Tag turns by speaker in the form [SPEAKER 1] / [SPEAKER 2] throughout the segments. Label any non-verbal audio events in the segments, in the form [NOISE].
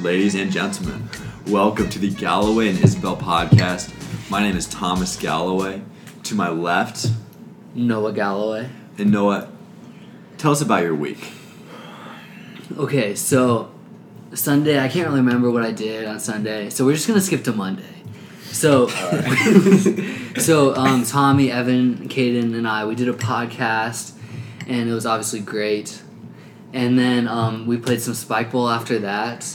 [SPEAKER 1] ladies and gentlemen. Welcome to the Galloway and Isabel podcast. My name is Thomas Galloway. To my left,
[SPEAKER 2] Noah Galloway.
[SPEAKER 1] and Noah, tell us about your week.
[SPEAKER 2] Okay, so Sunday, I can't really remember what I did on Sunday, so we're just gonna skip to Monday. [LAUGHS] So, [LAUGHS] so um, Tommy, Evan, Caden, and I, we did a podcast, and it was obviously great. And then um, we played some spike ball after that,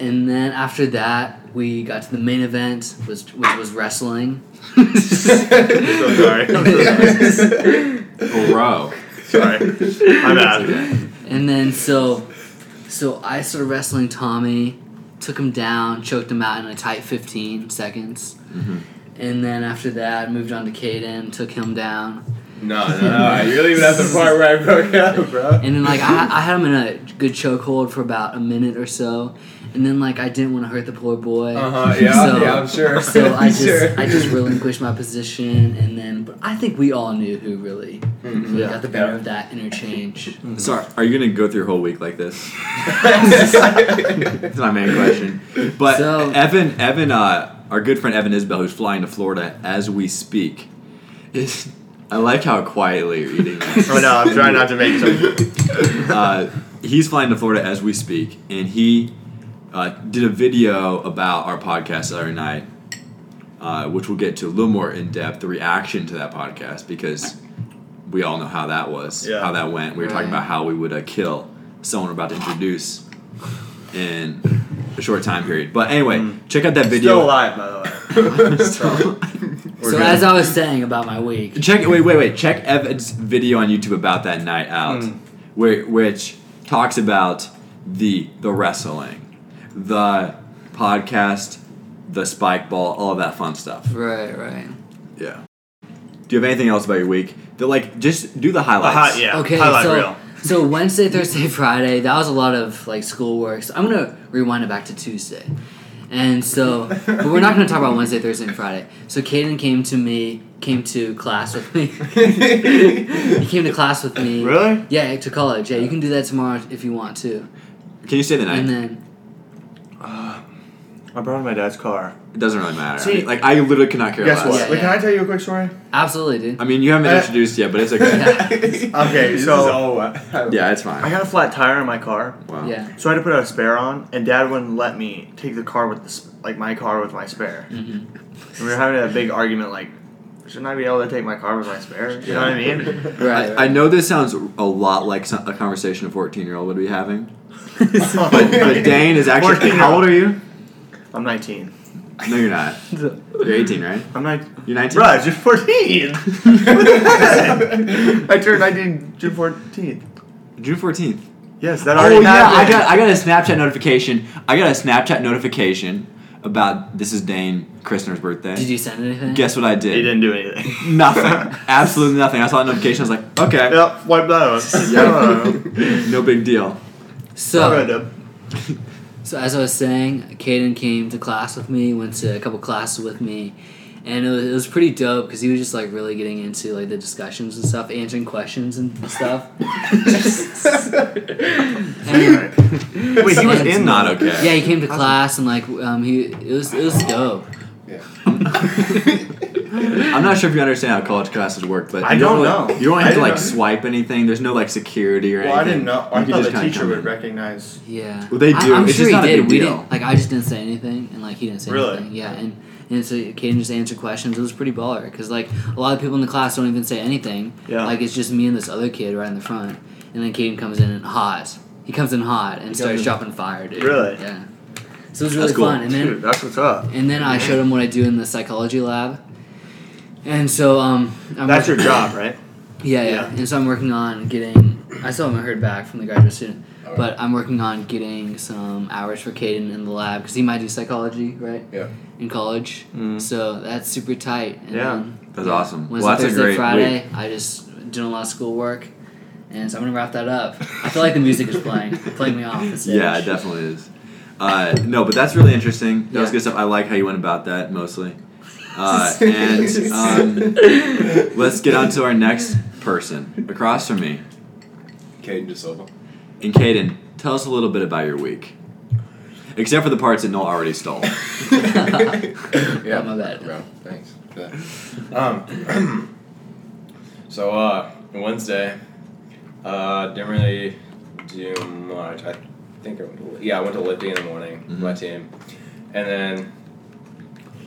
[SPEAKER 2] and then after that, we got to the main event, which, which was wrestling. [LAUGHS]
[SPEAKER 3] so sorry.
[SPEAKER 1] Bro. [LAUGHS]
[SPEAKER 3] sorry. My bad.
[SPEAKER 2] And then so, so I started wrestling Tommy, took him down, choked him out in a tight 15 seconds.
[SPEAKER 3] Mm-hmm.
[SPEAKER 2] And then after that, moved on to Caden, took him down.
[SPEAKER 3] No, no, no. You're leaving out the part where I broke up, bro.
[SPEAKER 2] And then like I, I had him in a good chokehold for about a minute or so. And then like I didn't want to hurt the poor boy.
[SPEAKER 3] Uh huh. Yeah,
[SPEAKER 2] So-
[SPEAKER 3] yeah. I'm sure.
[SPEAKER 2] So
[SPEAKER 3] [LAUGHS]
[SPEAKER 2] I just
[SPEAKER 3] Sure.
[SPEAKER 2] I just relinquished my position, and then but I think we all knew who really, really
[SPEAKER 3] Yeah.
[SPEAKER 2] got the better
[SPEAKER 3] Yeah.
[SPEAKER 2] of that interchange. [LAUGHS]
[SPEAKER 1] So, are- are you going to go through your whole week like this?
[SPEAKER 3] [LAUGHS]
[SPEAKER 1] That's my main question. But
[SPEAKER 2] So-
[SPEAKER 1] Evan, Evan, uh, our good friend Evan Isbell, who's flying to Florida as we speak, is. I like how quietly you're eating. this.
[SPEAKER 3] [LAUGHS] oh no, I'm trying not to make some.
[SPEAKER 1] [LAUGHS] Uh, he's flying to Florida as we speak, and he uh, did a video about our podcast the other night, uh, which we'll get to a little more in depth the reaction to that podcast because we all know how that was,
[SPEAKER 3] Yeah.
[SPEAKER 1] how that went. We were talking
[SPEAKER 2] Right.
[SPEAKER 1] about how we would uh, kill someone we're about to introduce in a short time period. But anyway, check out that
[SPEAKER 3] Mm. Still
[SPEAKER 1] video.
[SPEAKER 3] alive, by the way.
[SPEAKER 1] [LAUGHS] So-
[SPEAKER 3] We're
[SPEAKER 2] so
[SPEAKER 3] good.
[SPEAKER 2] as I was saying about my week,
[SPEAKER 1] check wait wait wait check Evan's video on YouTube about that night out,
[SPEAKER 3] Mm.
[SPEAKER 1] where which talks about the the wrestling, the podcast, the spike ball, all of that fun stuff.
[SPEAKER 2] right, right.
[SPEAKER 1] Yeah. Do you have anything else about your week? That like just do the highlights.
[SPEAKER 3] Hi- yeah.
[SPEAKER 2] Okay,
[SPEAKER 3] Highlight
[SPEAKER 2] so,
[SPEAKER 3] reel.
[SPEAKER 2] so Wednesday, Thursday, [LAUGHS] Friday, that was a lot of like schoolwork. So I'm gonna rewind it back to Tuesday, and so but we're not gonna talk about Wednesday, Thursday, and Friday. So Caden came to me, came to class with
[SPEAKER 3] [LAUGHS]
[SPEAKER 2] me. he came to class with me.
[SPEAKER 3] Really?
[SPEAKER 2] Yeah, to college. Yeah, you can do that tomorrow if you want to.
[SPEAKER 1] Can you say the night?
[SPEAKER 2] And then
[SPEAKER 3] I brought in my dad's car.
[SPEAKER 1] it doesn't really matter. I
[SPEAKER 3] See-
[SPEAKER 1] mean, like I literally could not care less.
[SPEAKER 3] Guess what?
[SPEAKER 2] Yeah,
[SPEAKER 3] Wait,
[SPEAKER 2] yeah.
[SPEAKER 3] Can I tell you a quick story?
[SPEAKER 2] absolutely, dude.
[SPEAKER 3] [LAUGHS]
[SPEAKER 1] I mean, you haven't been
[SPEAKER 3] Uh,
[SPEAKER 1] introduced yet, but it's
[SPEAKER 2] [LAUGHS]
[SPEAKER 1] okay.
[SPEAKER 2] Yeah.
[SPEAKER 3] Okay,
[SPEAKER 4] This
[SPEAKER 3] so-
[SPEAKER 4] is all what- [LAUGHS]
[SPEAKER 1] yeah, it's
[SPEAKER 3] I
[SPEAKER 1] fine.
[SPEAKER 3] got a flat tire in my car,
[SPEAKER 1] Wow.
[SPEAKER 2] Yeah.
[SPEAKER 3] so I had to put out a spare on, and Dad wouldn't let me take the car with the sp- like my car with my spare.
[SPEAKER 1] Mm-hmm.
[SPEAKER 3] And we were having a big argument, like, shouldn't I be able to take my car with my spare? You know what I mean?
[SPEAKER 2] Right.
[SPEAKER 1] I, I know this sounds a lot like some, a conversation a 14 year old would be having.
[SPEAKER 3] but,
[SPEAKER 1] [LAUGHS]
[SPEAKER 3] [LAUGHS]
[SPEAKER 1] But Dane is actually.
[SPEAKER 3] 14
[SPEAKER 1] How old are you?
[SPEAKER 3] I'm
[SPEAKER 1] [LAUGHS]
[SPEAKER 3] 19.
[SPEAKER 1] No, you're not. You're 18, right?
[SPEAKER 3] I'm 19.
[SPEAKER 1] You're 19.
[SPEAKER 3] Raj, you're 14. [LAUGHS] I turned 19 June 14th.
[SPEAKER 1] June 14th.
[SPEAKER 3] Yes, that already
[SPEAKER 1] Oh yeah, I
[SPEAKER 3] happened.
[SPEAKER 1] got I got a Snapchat notification. I got a Snapchat notification about this is Dane Christner's birthday.
[SPEAKER 2] Did you send anything?
[SPEAKER 1] Guess what I did?
[SPEAKER 3] He didn't do
[SPEAKER 1] [LAUGHS]
[SPEAKER 3] anything.
[SPEAKER 1] Nothing. Absolutely nothing. I saw that notification. I was like, okay,
[SPEAKER 3] [LAUGHS] Yep, wipe that
[SPEAKER 1] [LAUGHS]
[SPEAKER 3] out.
[SPEAKER 1] Yeah. [LAUGHS]
[SPEAKER 3] Yeah.
[SPEAKER 1] no big deal.
[SPEAKER 2] So. So as I was saying, Caden came to class with me, went to a couple classes with me, and it was, it was pretty dope because he was just like really getting into like the discussions and stuff, answering questions and stuff. And-
[SPEAKER 3] Wait, he was
[SPEAKER 2] and-
[SPEAKER 3] in
[SPEAKER 1] Not
[SPEAKER 3] that.
[SPEAKER 1] okay.
[SPEAKER 2] Yeah, he came to class and like um, he it was it was dope.
[SPEAKER 1] I'm not sure if you understand how college classes work, but
[SPEAKER 3] I
[SPEAKER 1] you
[SPEAKER 3] don't
[SPEAKER 1] really-
[SPEAKER 3] know.
[SPEAKER 1] You don't
[SPEAKER 3] I
[SPEAKER 1] have to
[SPEAKER 3] didn't
[SPEAKER 1] like
[SPEAKER 3] know.
[SPEAKER 1] swipe anything. There's no like security or
[SPEAKER 4] Well, I
[SPEAKER 1] anything.
[SPEAKER 4] didn't know. I
[SPEAKER 1] You can
[SPEAKER 4] thought
[SPEAKER 1] just
[SPEAKER 4] the
[SPEAKER 1] kinda
[SPEAKER 4] teacher
[SPEAKER 1] come
[SPEAKER 4] would
[SPEAKER 1] in.
[SPEAKER 4] recognize.
[SPEAKER 2] Yeah.
[SPEAKER 1] Well, they
[SPEAKER 2] I-
[SPEAKER 1] do.
[SPEAKER 2] I'm
[SPEAKER 1] It's
[SPEAKER 2] sure
[SPEAKER 1] just not a
[SPEAKER 2] he did.
[SPEAKER 1] big
[SPEAKER 2] we
[SPEAKER 1] deal.
[SPEAKER 2] didn't like I just didn't say anything and like he didn't say
[SPEAKER 3] Really?
[SPEAKER 2] anything. Yeah, and and so Caden just answered questions. It was pretty baller because like a lot of people in the class don't even say anything.
[SPEAKER 3] Yeah.
[SPEAKER 2] Like it's just me and this other kid right in the front, and then Caden comes in and hot. He comes in hot and starts
[SPEAKER 4] in-
[SPEAKER 2] dropping fire, dude.
[SPEAKER 3] Really?
[SPEAKER 2] Yeah. So it was really
[SPEAKER 1] cool.
[SPEAKER 2] fun, and then
[SPEAKER 3] Dude, that's what's up.
[SPEAKER 2] and then I showed him what I do in the psychology lab. And so um, I'm
[SPEAKER 3] That's your
[SPEAKER 2] working- [LAUGHS]
[SPEAKER 3] job,
[SPEAKER 1] [LAUGHS]
[SPEAKER 3] right?
[SPEAKER 2] Yeah, yeah,
[SPEAKER 3] Yeah.
[SPEAKER 2] And so I'm working on getting. I still haven't heard back from the graduate student,
[SPEAKER 4] Alright.
[SPEAKER 2] but I'm working on getting some hours for Caden in the lab because he might do psychology, right?
[SPEAKER 4] Yeah.
[SPEAKER 2] In college,
[SPEAKER 3] Mm.
[SPEAKER 2] so that's super tight. And
[SPEAKER 3] Yeah.
[SPEAKER 2] then
[SPEAKER 1] Mm-hmm. That's awesome.
[SPEAKER 2] Wednesday,
[SPEAKER 1] well, that's
[SPEAKER 2] Thursday,
[SPEAKER 1] a great
[SPEAKER 2] Friday,
[SPEAKER 1] week.
[SPEAKER 2] I just doing a lot of schoolwork, and so I'm gonna wrap that up. I feel like the music is
[SPEAKER 1] [LAUGHS]
[SPEAKER 2] playing, playing me off. The stage.
[SPEAKER 1] Yeah, it definitely is. Uh, no, but that's really interesting. That was
[SPEAKER 2] Yeah.
[SPEAKER 1] good stuff. I like how you went about that mostly. Uh,
[SPEAKER 2] [LAUGHS]
[SPEAKER 1] and um, let's get on to our next person across from me.
[SPEAKER 4] Caden De Silva. [LAUGHS]
[SPEAKER 1] And Caden, tell us a little bit about your week. except for the parts that Noel already stole.
[SPEAKER 4] yeah,
[SPEAKER 2] my bad.
[SPEAKER 4] bro. Thanks for that. Um, [CLEARS THROAT] so uh, Wednesday, uh, didn't really do much. I think I went to, yeah, I went to Lifty in the morning with my team, and then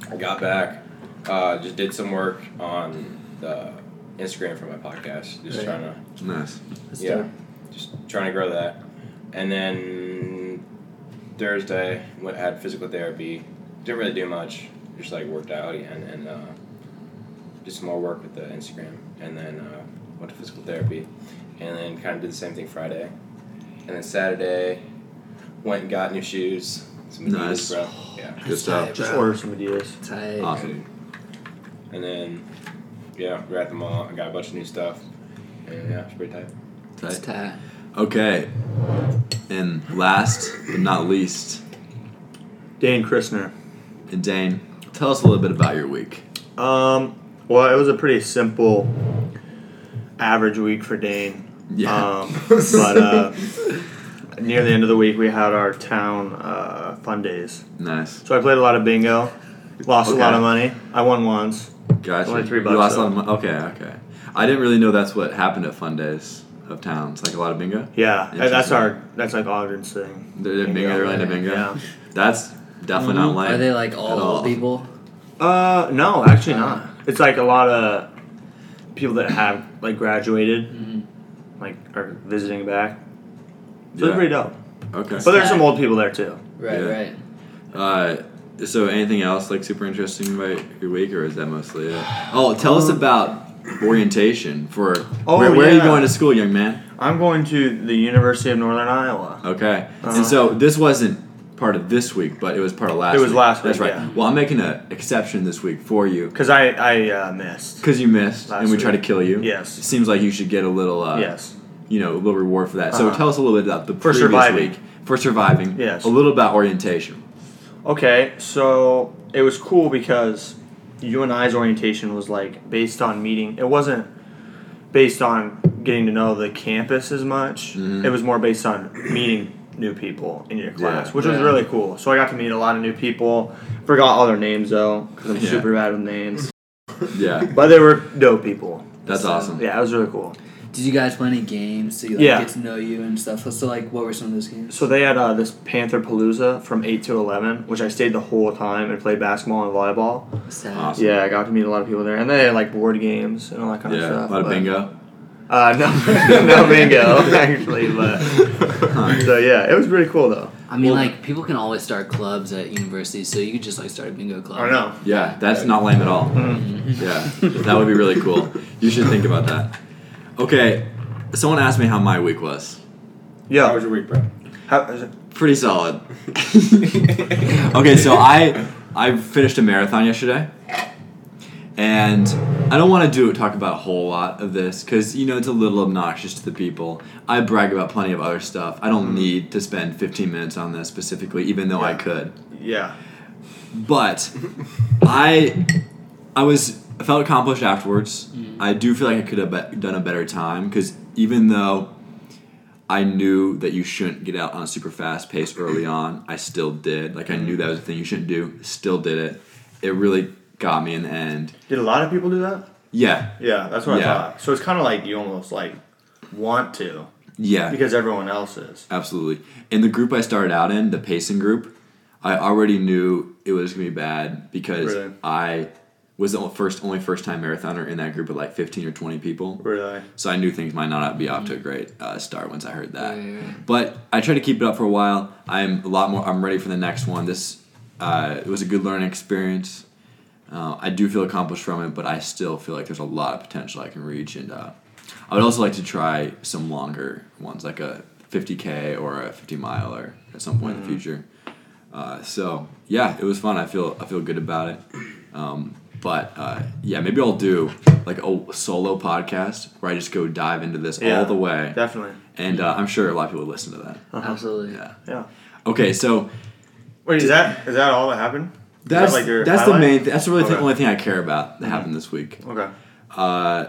[SPEAKER 4] I got back. Uh, just did some work on the Instagram for my podcast. Just
[SPEAKER 2] Right.
[SPEAKER 4] trying to
[SPEAKER 1] nice.
[SPEAKER 2] That's
[SPEAKER 4] yeah,
[SPEAKER 2] dope.
[SPEAKER 4] just trying to grow that. And then Thursday, went had physical therapy. Didn't really do much. Just like worked out and and uh, did some more work with the Instagram. And then uh, went to physical therapy. And then kind of did the same thing Friday. And then Saturday, went and got new shoes. Some Adidas,
[SPEAKER 1] Nice.
[SPEAKER 4] bro. Yeah.
[SPEAKER 1] Good stuff.
[SPEAKER 3] Just order some Adidas.
[SPEAKER 2] Tight.
[SPEAKER 1] Awesome.
[SPEAKER 4] And then yeah, we were at the mall. I got a bunch of new stuff. And yeah, it's pretty tight.
[SPEAKER 2] That's tight.
[SPEAKER 1] Okay. And last but not least,
[SPEAKER 3] Dan Christner.
[SPEAKER 1] and Dane, tell us a little bit about your week.
[SPEAKER 3] Um, well, it was a pretty simple, average week for Dane.
[SPEAKER 1] Yeah. [LAUGHS]
[SPEAKER 3] Um, but uh, near the end of the week, we had our town uh, fun days.
[SPEAKER 1] Nice.
[SPEAKER 3] So I played a lot of bingo, lost a lot
[SPEAKER 1] Okay.
[SPEAKER 3] of money. I won once.
[SPEAKER 1] Gotcha.
[SPEAKER 3] Only three
[SPEAKER 1] You
[SPEAKER 3] bucks,
[SPEAKER 1] lost a lot of
[SPEAKER 3] though.
[SPEAKER 1] mon- Okay, okay. I didn't really know that's what happened at fun days of towns, like a lot of bingo.
[SPEAKER 3] Yeah, and that's
[SPEAKER 1] Interesting.
[SPEAKER 3] our that's like Ogden's thing.
[SPEAKER 1] They're, they're bingo,
[SPEAKER 3] Bingo,
[SPEAKER 1] they're really into
[SPEAKER 4] yeah.
[SPEAKER 1] bingo.
[SPEAKER 3] Yeah.
[SPEAKER 1] That's definitely not lame.
[SPEAKER 2] Mhm. Are they like all,
[SPEAKER 1] At all.
[SPEAKER 2] people?
[SPEAKER 3] Uh, no, actually not. It's like a lot of people that have like graduated,
[SPEAKER 1] Mm-hmm.
[SPEAKER 3] like are visiting back. So
[SPEAKER 1] Yeah.
[SPEAKER 3] it's pretty dope.
[SPEAKER 1] Okay.
[SPEAKER 3] But there's some old people there too.
[SPEAKER 2] Right,
[SPEAKER 1] Yeah.
[SPEAKER 2] right.
[SPEAKER 1] Uh, so anything else like super interesting about your week, or is that mostly it? Oh, tell us about orientation for
[SPEAKER 3] Um, Oh,
[SPEAKER 1] where, where are you
[SPEAKER 3] yeah.
[SPEAKER 1] going to school, young man?
[SPEAKER 3] I'm going to the University of Northern Iowa.
[SPEAKER 1] Okay,
[SPEAKER 3] Uh-huh.
[SPEAKER 1] and so this wasn't part of this week, but it was part of last.
[SPEAKER 3] It was
[SPEAKER 1] week.
[SPEAKER 3] last
[SPEAKER 1] That's
[SPEAKER 3] week,
[SPEAKER 1] right.
[SPEAKER 3] yeah.
[SPEAKER 1] Well, I'm making an exception this week for you
[SPEAKER 3] Because I, I uh, missed.
[SPEAKER 1] because you missed,
[SPEAKER 3] Last
[SPEAKER 1] and we tried to
[SPEAKER 3] week.
[SPEAKER 1] kill you.
[SPEAKER 3] Yes.
[SPEAKER 1] It seems like you should get a little, uh,
[SPEAKER 3] yes.
[SPEAKER 1] you know, a little reward for that. So
[SPEAKER 3] Uh-huh.
[SPEAKER 1] tell us a little bit about the
[SPEAKER 3] For
[SPEAKER 1] previous
[SPEAKER 3] surviving.
[SPEAKER 1] week for surviving.
[SPEAKER 3] Yes.
[SPEAKER 1] A little about orientation.
[SPEAKER 3] Okay, so it was cool because you and I's orientation was like based on meeting. It wasn't based on getting to know the campus as much. It was more based on meeting new people in your
[SPEAKER 1] Mm-hmm.
[SPEAKER 3] class,
[SPEAKER 1] Yeah.
[SPEAKER 3] which was
[SPEAKER 2] Yeah.
[SPEAKER 3] really cool. So I got to meet a lot of new people. Forgot all their names though, because I'm
[SPEAKER 1] Yeah.
[SPEAKER 3] super bad with names.
[SPEAKER 1] Yeah,
[SPEAKER 3] But they were dope people.
[SPEAKER 1] that's
[SPEAKER 2] So,
[SPEAKER 1] awesome.
[SPEAKER 3] uh, Yeah, it was really cool.
[SPEAKER 2] Did you guys play any games so you like,
[SPEAKER 3] Yeah.
[SPEAKER 2] get to know you and stuff? So like, what were some of those games?
[SPEAKER 3] So they had uh, this Panther Palooza from eight to eleven, which I stayed the whole time and played basketball and volleyball.
[SPEAKER 2] Sad.
[SPEAKER 1] Awesome.
[SPEAKER 3] Yeah, I got to meet a lot of people there, and they had like board games and all that kind
[SPEAKER 1] Yeah,
[SPEAKER 3] of stuff.
[SPEAKER 1] a lot of
[SPEAKER 3] but-
[SPEAKER 1] bingo.
[SPEAKER 3] Uh, no, [LAUGHS] no bingo actually,
[SPEAKER 1] [LAUGHS]
[SPEAKER 3] but so yeah, it was pretty cool though.
[SPEAKER 2] I mean,
[SPEAKER 1] Well-
[SPEAKER 2] like people can always start clubs at universities, so you could just like start a bingo club.
[SPEAKER 3] I know.
[SPEAKER 1] Yeah, that's not lame at all.
[SPEAKER 3] Mm-hmm.
[SPEAKER 1] Yeah, that would be really cool. You should think about that. Okay, someone asked me how my week was.
[SPEAKER 4] How
[SPEAKER 3] Yeah.
[SPEAKER 4] was your week, bro? [LAUGHS]
[SPEAKER 3] How, is it-
[SPEAKER 1] Pretty solid. [LAUGHS] [LAUGHS] okay, so I I finished a marathon yesterday, and I don't want to do talk about a whole lot of this because you know it's a little obnoxious to the people. I brag about plenty of other stuff. I don't need to spend 15 minutes on this specifically, even though I
[SPEAKER 3] Yeah.
[SPEAKER 1] could.
[SPEAKER 3] yeah.
[SPEAKER 1] but I I was I felt accomplished afterwards. I do feel like I could have be- done a better time because even though I knew that you shouldn't get out on a super fast pace early on, I still did. Like I knew that was a thing you shouldn't do. Still did it. It really got me in the end.
[SPEAKER 3] Did a lot of people do that?
[SPEAKER 1] Yeah,
[SPEAKER 3] Yeah, that's what
[SPEAKER 1] Yeah.
[SPEAKER 3] I thought. So it's kind of like you almost like want to
[SPEAKER 1] yeah.
[SPEAKER 3] because everyone else is.
[SPEAKER 1] Absolutely. In the group I started out in, the pacing group, I already knew it was gonna be bad because
[SPEAKER 3] Really?
[SPEAKER 1] I was the first only first time marathoner in that group of like fifteen or twenty people.
[SPEAKER 3] Really.
[SPEAKER 1] So I knew things might not be off to a great uh, start once I heard that.
[SPEAKER 2] Right, right.
[SPEAKER 1] But I tried to keep it up for a while. I'm a lot more. I'm ready for the next one. This uh, it was a good learning experience. Uh, I do feel accomplished from it, but I still feel like there's a lot of potential I can reach, and uh, I would also like to try some longer ones, like a 50k or a 50 miler at some point
[SPEAKER 3] Mm-hmm.
[SPEAKER 1] in the future. Uh, so yeah, it was fun. I feel I feel good about it. Um, but uh, yeah, maybe I'll do like a solo podcast where I just go dive into this
[SPEAKER 3] Yeah,
[SPEAKER 1] all the way,
[SPEAKER 3] Definitely.
[SPEAKER 1] and uh, I'm sure a lot of people would listen to that.
[SPEAKER 2] Absolutely.
[SPEAKER 1] Yeah.
[SPEAKER 3] Yeah.
[SPEAKER 1] Okay, so
[SPEAKER 3] Wait, is that is that all that happened? Is that,
[SPEAKER 1] that's
[SPEAKER 3] like, your
[SPEAKER 1] that's the
[SPEAKER 3] highlight?
[SPEAKER 1] main. Th- that's really the
[SPEAKER 3] Okay. Mm-hmm.
[SPEAKER 1] only thing I care about that happened this week.
[SPEAKER 3] Okay.
[SPEAKER 1] Uh,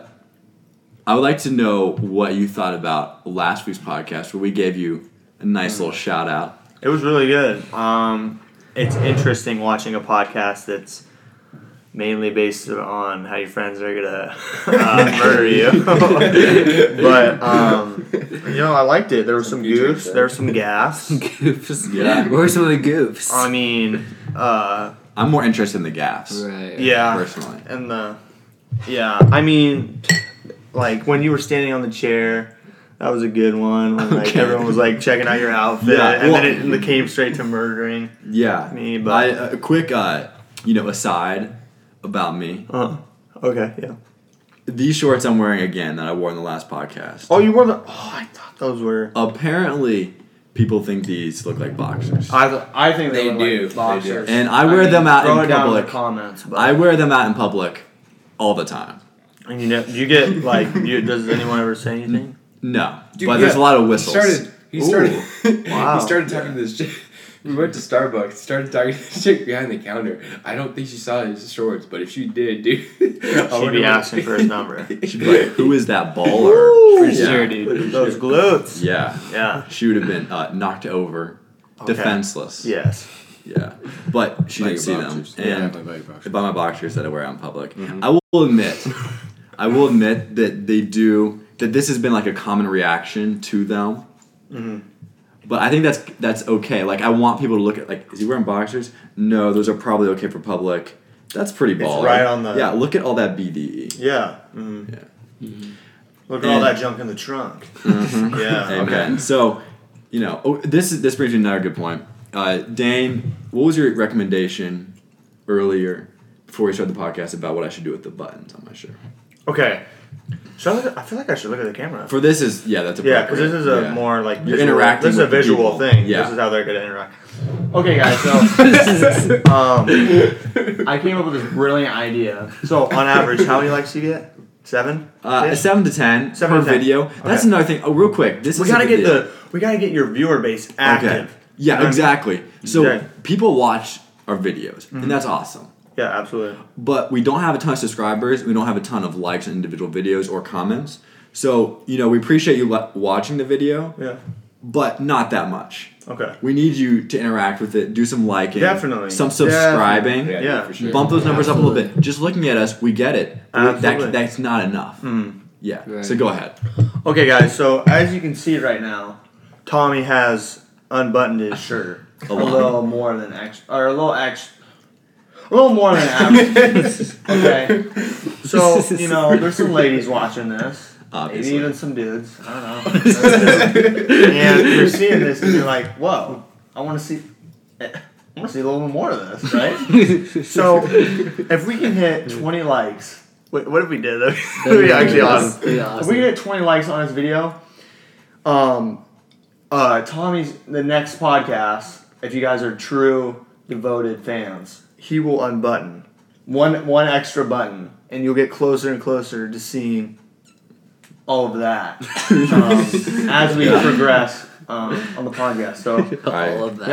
[SPEAKER 1] I would like to know what you thought about last week's podcast where we gave you a nice little shout out.
[SPEAKER 3] It was really good. Um, it's interesting watching a podcast that's mainly based on how your friends are [LAUGHS] gonna uh, murder [LAUGHS] you. but um, you know, I liked it. There were some,
[SPEAKER 4] Some future
[SPEAKER 3] goofs. There was [LAUGHS] some
[SPEAKER 2] [LAUGHS]
[SPEAKER 3] gas.
[SPEAKER 2] goofs. [LAUGHS]
[SPEAKER 1] Yeah.
[SPEAKER 2] Where are some of the goofs?
[SPEAKER 3] I mean, uh,
[SPEAKER 1] I'm more interested in the gaffes.
[SPEAKER 2] right.
[SPEAKER 3] yeah.
[SPEAKER 1] Personally.
[SPEAKER 3] And the yeah, I mean, like when you were standing on the chair, that was a good one. When, like
[SPEAKER 1] Okay.
[SPEAKER 3] everyone was like checking out your outfit,
[SPEAKER 1] Yeah,
[SPEAKER 3] and
[SPEAKER 1] well-
[SPEAKER 3] then it, it came straight to murdering.
[SPEAKER 1] Yeah.
[SPEAKER 3] Me, but-
[SPEAKER 1] I, a quick, uh, you know, aside about me.
[SPEAKER 3] Uh, okay, yeah.
[SPEAKER 1] These shorts I'm wearing again that I wore in the last podcast.
[SPEAKER 3] Oh, you wore the. Oh, I thought those were.
[SPEAKER 1] Apparently, people think these look like boxers.
[SPEAKER 3] I th- I think
[SPEAKER 4] They
[SPEAKER 3] they, were,
[SPEAKER 4] do,
[SPEAKER 3] Like
[SPEAKER 4] they
[SPEAKER 3] boxers.
[SPEAKER 4] do.
[SPEAKER 1] And I wear them out
[SPEAKER 3] Throw
[SPEAKER 1] in
[SPEAKER 3] it down in the
[SPEAKER 1] public.
[SPEAKER 3] comments. But,
[SPEAKER 1] I wear them out in public all the time.
[SPEAKER 3] and you know, you get like, you, does anyone ever
[SPEAKER 1] [LAUGHS]
[SPEAKER 3] say anything?
[SPEAKER 1] No,
[SPEAKER 4] Dude,
[SPEAKER 1] but there's
[SPEAKER 4] yeah,
[SPEAKER 1] a lot of whistles.
[SPEAKER 4] He started. He
[SPEAKER 1] Ooh.
[SPEAKER 4] started.
[SPEAKER 3] Wow.
[SPEAKER 4] [LAUGHS] he started talking to this. chick. [LAUGHS] We went to Starbucks. Started talking to this chick behind the counter. I don't think she saw his shorts, but if she did, dude, [LAUGHS] she'd
[SPEAKER 3] She'd be asking
[SPEAKER 4] [LAUGHS]
[SPEAKER 3] for his number.
[SPEAKER 1] She'd be like, "Who is that baller?"
[SPEAKER 3] Ooh,
[SPEAKER 4] For sure,
[SPEAKER 3] Look
[SPEAKER 4] dude.
[SPEAKER 3] at those glutes.
[SPEAKER 1] Yeah,
[SPEAKER 3] Yeah.
[SPEAKER 1] she would have been uh, knocked over,
[SPEAKER 3] Okay.
[SPEAKER 1] defenseless.
[SPEAKER 3] Yes.
[SPEAKER 1] yeah, but she
[SPEAKER 4] Like
[SPEAKER 1] didn't see
[SPEAKER 4] boxers.
[SPEAKER 1] them. And
[SPEAKER 4] Yeah, like boxers.
[SPEAKER 1] by my boxers that I wear out in public.
[SPEAKER 3] Mm-hmm.
[SPEAKER 1] I will admit, I will admit that they do that. This has been like a common reaction to them.
[SPEAKER 3] Mm-hmm.
[SPEAKER 1] But I think that's that's okay. Like I want people to look at like, is he wearing boxers? No, those are probably okay for public. That's pretty baller.
[SPEAKER 3] right on the-
[SPEAKER 1] yeah. Look at all that E. BDE.
[SPEAKER 3] Yeah. Mm.
[SPEAKER 1] Yeah.
[SPEAKER 3] Look at all
[SPEAKER 1] And-
[SPEAKER 3] that junk in the trunk. [LAUGHS] Yeah.
[SPEAKER 1] Mm-hmm. Amen. So, you know, oh, this is this brings me to another good point. Uh, Dane, what was your recommendation earlier before we started the podcast about what I should do with the buttons on my shirt?
[SPEAKER 3] Okay. Should I, look at, I feel like I should look at the camera.
[SPEAKER 1] For this is yeah, that's
[SPEAKER 3] Yeah, because this is a
[SPEAKER 1] Yeah.
[SPEAKER 3] more like
[SPEAKER 1] You're
[SPEAKER 3] visual-
[SPEAKER 1] interacting
[SPEAKER 3] This is a
[SPEAKER 1] with the
[SPEAKER 3] visual
[SPEAKER 1] people.
[SPEAKER 3] thing.
[SPEAKER 1] Yeah.
[SPEAKER 3] This is how they're gonna interact.
[SPEAKER 1] [LAUGHS]
[SPEAKER 3] Okay, guys. So um, I came up with this brilliant idea. So on average, how many likes do you get? Seven.
[SPEAKER 1] uh,
[SPEAKER 3] Ish?
[SPEAKER 1] seven to ten
[SPEAKER 3] Seven
[SPEAKER 1] per
[SPEAKER 3] to 10.
[SPEAKER 1] video. That's
[SPEAKER 3] Okay.
[SPEAKER 1] another thing. Oh, real quick, this
[SPEAKER 3] We
[SPEAKER 1] is a
[SPEAKER 3] gotta
[SPEAKER 1] good
[SPEAKER 3] get
[SPEAKER 1] deal.
[SPEAKER 3] the. We gotta get your viewer base active.
[SPEAKER 1] Yeah,
[SPEAKER 3] You know what I mean?
[SPEAKER 1] exactly. So
[SPEAKER 3] Okay.
[SPEAKER 1] people watch our videos,
[SPEAKER 3] Mm-hmm.
[SPEAKER 1] and that's awesome.
[SPEAKER 3] Yeah, absolutely.
[SPEAKER 1] But we don't have a ton of subscribers. We don't have a ton of likes on individual videos or comments. So you know, we appreciate you le- watching the video,
[SPEAKER 3] Yeah.
[SPEAKER 1] but not that much.
[SPEAKER 3] Okay.
[SPEAKER 1] We need you to interact with it, do some liking,
[SPEAKER 3] Definitely.
[SPEAKER 1] some subscribing,
[SPEAKER 4] Yeah,
[SPEAKER 3] Yeah.
[SPEAKER 4] for sure.
[SPEAKER 1] bump those numbers up a little
[SPEAKER 2] Absolutely.
[SPEAKER 1] bit. Just looking at us, we get it. but
[SPEAKER 3] Absolutely. Hmm.
[SPEAKER 1] That, that's not enough. Yeah.
[SPEAKER 2] Right.
[SPEAKER 1] So go ahead.
[SPEAKER 3] Okay, guys. So as you can see right now, Tommy has unbuttoned his shirt
[SPEAKER 1] A
[SPEAKER 3] a,
[SPEAKER 1] lot.
[SPEAKER 3] little more than ex, or a little ex, a little more than average. [LAUGHS] okay. [LAUGHS] So you know, there's some ladies watching this.
[SPEAKER 1] Obviously.
[SPEAKER 3] Maybe even some dudes. I [LAUGHS] don't know. and you're seeing this, and you're like, "Whoa! I want to see. I want to see a little more of this, right?" [LAUGHS] so if we can hit 20 likes, wait, what if we did? [LAUGHS] That'd be actually awesome. If we get 20 likes on this video, um, uh, Tommy's the next podcast. If you guys are true devoted fans, he will unbutton one one extra button, and you'll get closer and closer to seeing all of [LAUGHS] that um, as we progress um, on the podcast. So
[SPEAKER 1] Alright.
[SPEAKER 2] All of that.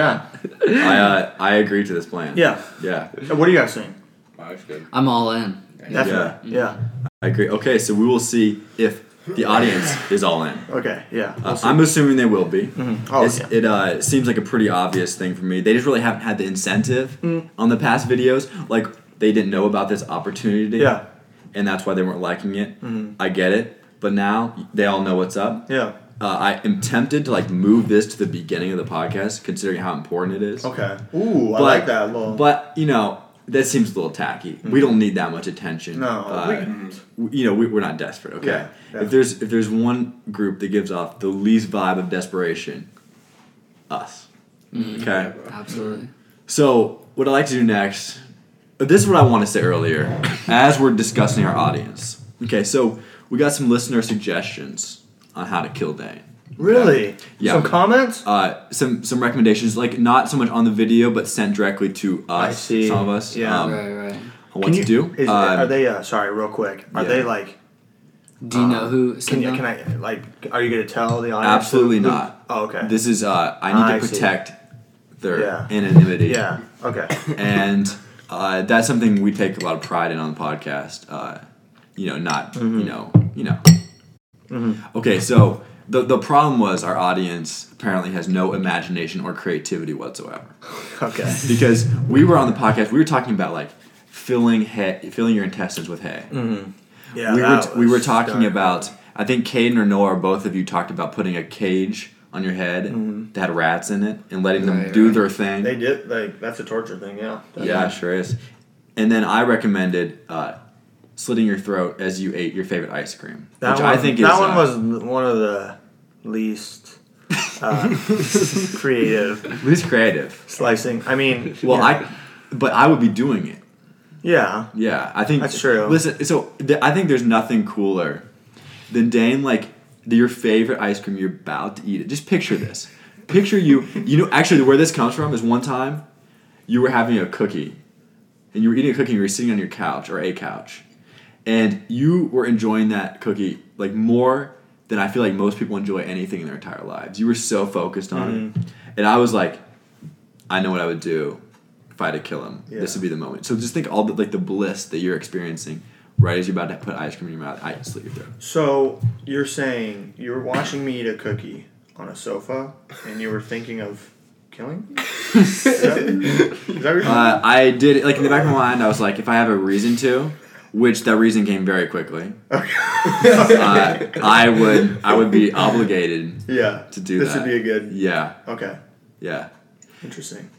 [SPEAKER 3] yeah,
[SPEAKER 1] I uh, I agree to this plan.
[SPEAKER 3] yeah.
[SPEAKER 1] Yeah.
[SPEAKER 3] And What are you guys saying?
[SPEAKER 4] Wow, that's good.
[SPEAKER 2] I'm all in.
[SPEAKER 3] [LAUGHS] Definitely. Yeah.
[SPEAKER 1] I agree. Okay, so we will see if the audience is all in.
[SPEAKER 3] Okay. Yeah.
[SPEAKER 1] Uh, I'm assuming they will be.
[SPEAKER 3] Oh,
[SPEAKER 1] It's-
[SPEAKER 3] yeah.
[SPEAKER 1] It uh, seems like a pretty obvious thing for me. They just really haven't had the incentive
[SPEAKER 3] Mm.
[SPEAKER 1] on the past videos. Like they didn't know about this opportunity.
[SPEAKER 3] Yeah. Mm-hmm.
[SPEAKER 1] And that's why they weren't liking it. I get it. But now they all know what's up.
[SPEAKER 3] Yeah.
[SPEAKER 1] Uh, I am tempted to like move this to the beginning of the podcast, considering how important it is.
[SPEAKER 3] Okay. Ooh, I
[SPEAKER 1] But-
[SPEAKER 3] like that. Little.
[SPEAKER 1] But you know, that seems a little tacky. We don't need that much attention.
[SPEAKER 3] Mm-hmm. no.
[SPEAKER 1] Uh,
[SPEAKER 3] we-
[SPEAKER 1] w- you know, we, we're not desperate. Okay.
[SPEAKER 3] Yeah, yeah.
[SPEAKER 1] If there's if there's one group that gives off the least vibe of desperation, us. Okay.
[SPEAKER 2] Absolutely.
[SPEAKER 1] So what I like to do next, uh, this is what I want to say earlier, as we're discussing our audience. Okay, so we got some listener suggestions on how to kill Dane.
[SPEAKER 3] Really?
[SPEAKER 1] Yeah.
[SPEAKER 3] Some comments?
[SPEAKER 1] uh, some some recommendations, like not so much on the video, but sent directly to us.
[SPEAKER 3] I see.
[SPEAKER 1] Some of us.
[SPEAKER 3] Yeah.
[SPEAKER 1] Um,
[SPEAKER 2] right, right.
[SPEAKER 1] on What
[SPEAKER 3] you
[SPEAKER 1] to do?
[SPEAKER 3] Is,
[SPEAKER 1] Um,
[SPEAKER 3] are they? Uh, sorry, real quick. Are
[SPEAKER 1] yeah.
[SPEAKER 3] they like?
[SPEAKER 2] Do you know who?
[SPEAKER 3] um, Can,
[SPEAKER 2] sent
[SPEAKER 3] you,
[SPEAKER 2] them?
[SPEAKER 3] can I like? Are you gonna tell the audience?
[SPEAKER 1] Absolutely
[SPEAKER 3] who- who-
[SPEAKER 1] not.
[SPEAKER 3] Oh, okay.
[SPEAKER 1] This is uh, I
[SPEAKER 3] I
[SPEAKER 1] need to
[SPEAKER 3] see.
[SPEAKER 1] protect their
[SPEAKER 3] Yeah.
[SPEAKER 1] anonymity.
[SPEAKER 3] yeah. Okay. [LAUGHS]
[SPEAKER 1] and uh, that's something we take a lot of pride in on the
[SPEAKER 3] Mm-hmm.
[SPEAKER 1] podcast. Uh, you know, not you know, you know. Okay, so the the problem was our audience apparently has no imagination or creativity whatsoever
[SPEAKER 3] Okay.
[SPEAKER 1] because we were on the podcast we were talking about like filling hay, filling your intestines with hay.
[SPEAKER 3] Yeah.
[SPEAKER 1] we were
[SPEAKER 3] that
[SPEAKER 1] we were
[SPEAKER 3] was
[SPEAKER 1] talking
[SPEAKER 3] dark.
[SPEAKER 1] about I think Caden or Noah both of you talked about putting a cage on your head that had rats in it and letting them
[SPEAKER 2] Right,
[SPEAKER 1] do
[SPEAKER 2] right.
[SPEAKER 1] their thing.
[SPEAKER 3] Mm-hmm. They did like that's a torture thing. Yeah.
[SPEAKER 1] yeah, sure is. And then I recommended uh, slitting your throat as you ate your favorite ice cream,
[SPEAKER 3] That
[SPEAKER 1] which
[SPEAKER 3] one,
[SPEAKER 1] I think
[SPEAKER 3] that
[SPEAKER 1] is
[SPEAKER 3] one
[SPEAKER 1] uh, [LAUGHS]
[SPEAKER 3] was one of the least
[SPEAKER 1] [LAUGHS]
[SPEAKER 3] uh, creative
[SPEAKER 1] least creative.
[SPEAKER 3] slicing. I mean,
[SPEAKER 1] Well,
[SPEAKER 3] yeah.
[SPEAKER 1] I but I would be doing it.
[SPEAKER 3] yeah,
[SPEAKER 1] Yeah, I think
[SPEAKER 3] That's true.
[SPEAKER 1] Listen, so th- I think there's nothing cooler than Dane like the- your favorite ice cream you're about to eat it. Just picture this. Picture you, you know, actually where this comes from is one time you were having a cookie and you were eating a cookie and you were sitting on your couch or a couch and you were enjoying that cookie like more than I feel like most people enjoy anything in their entire lives. You were so focused on it. And I was like, I know what I would do if I had to kill him. This
[SPEAKER 3] Yeah.
[SPEAKER 1] would be the moment. So just think all the like the bliss that you're experiencing right as you're about to put ice cream in your mouth, I slit your throat.
[SPEAKER 3] So you're saying you were watching me eat a cookie on a sofa, and you were thinking of killing? me? Is that, is that what you're
[SPEAKER 1] Uh, I did like in the back of my mind I was like, if I have a reason to, which that reason came very quickly, uh, I would I would be obligated
[SPEAKER 3] yeah.
[SPEAKER 1] to do
[SPEAKER 3] this
[SPEAKER 1] that.
[SPEAKER 3] would be a good.
[SPEAKER 1] Yeah,
[SPEAKER 3] Okay.
[SPEAKER 1] yeah.
[SPEAKER 3] Interesting.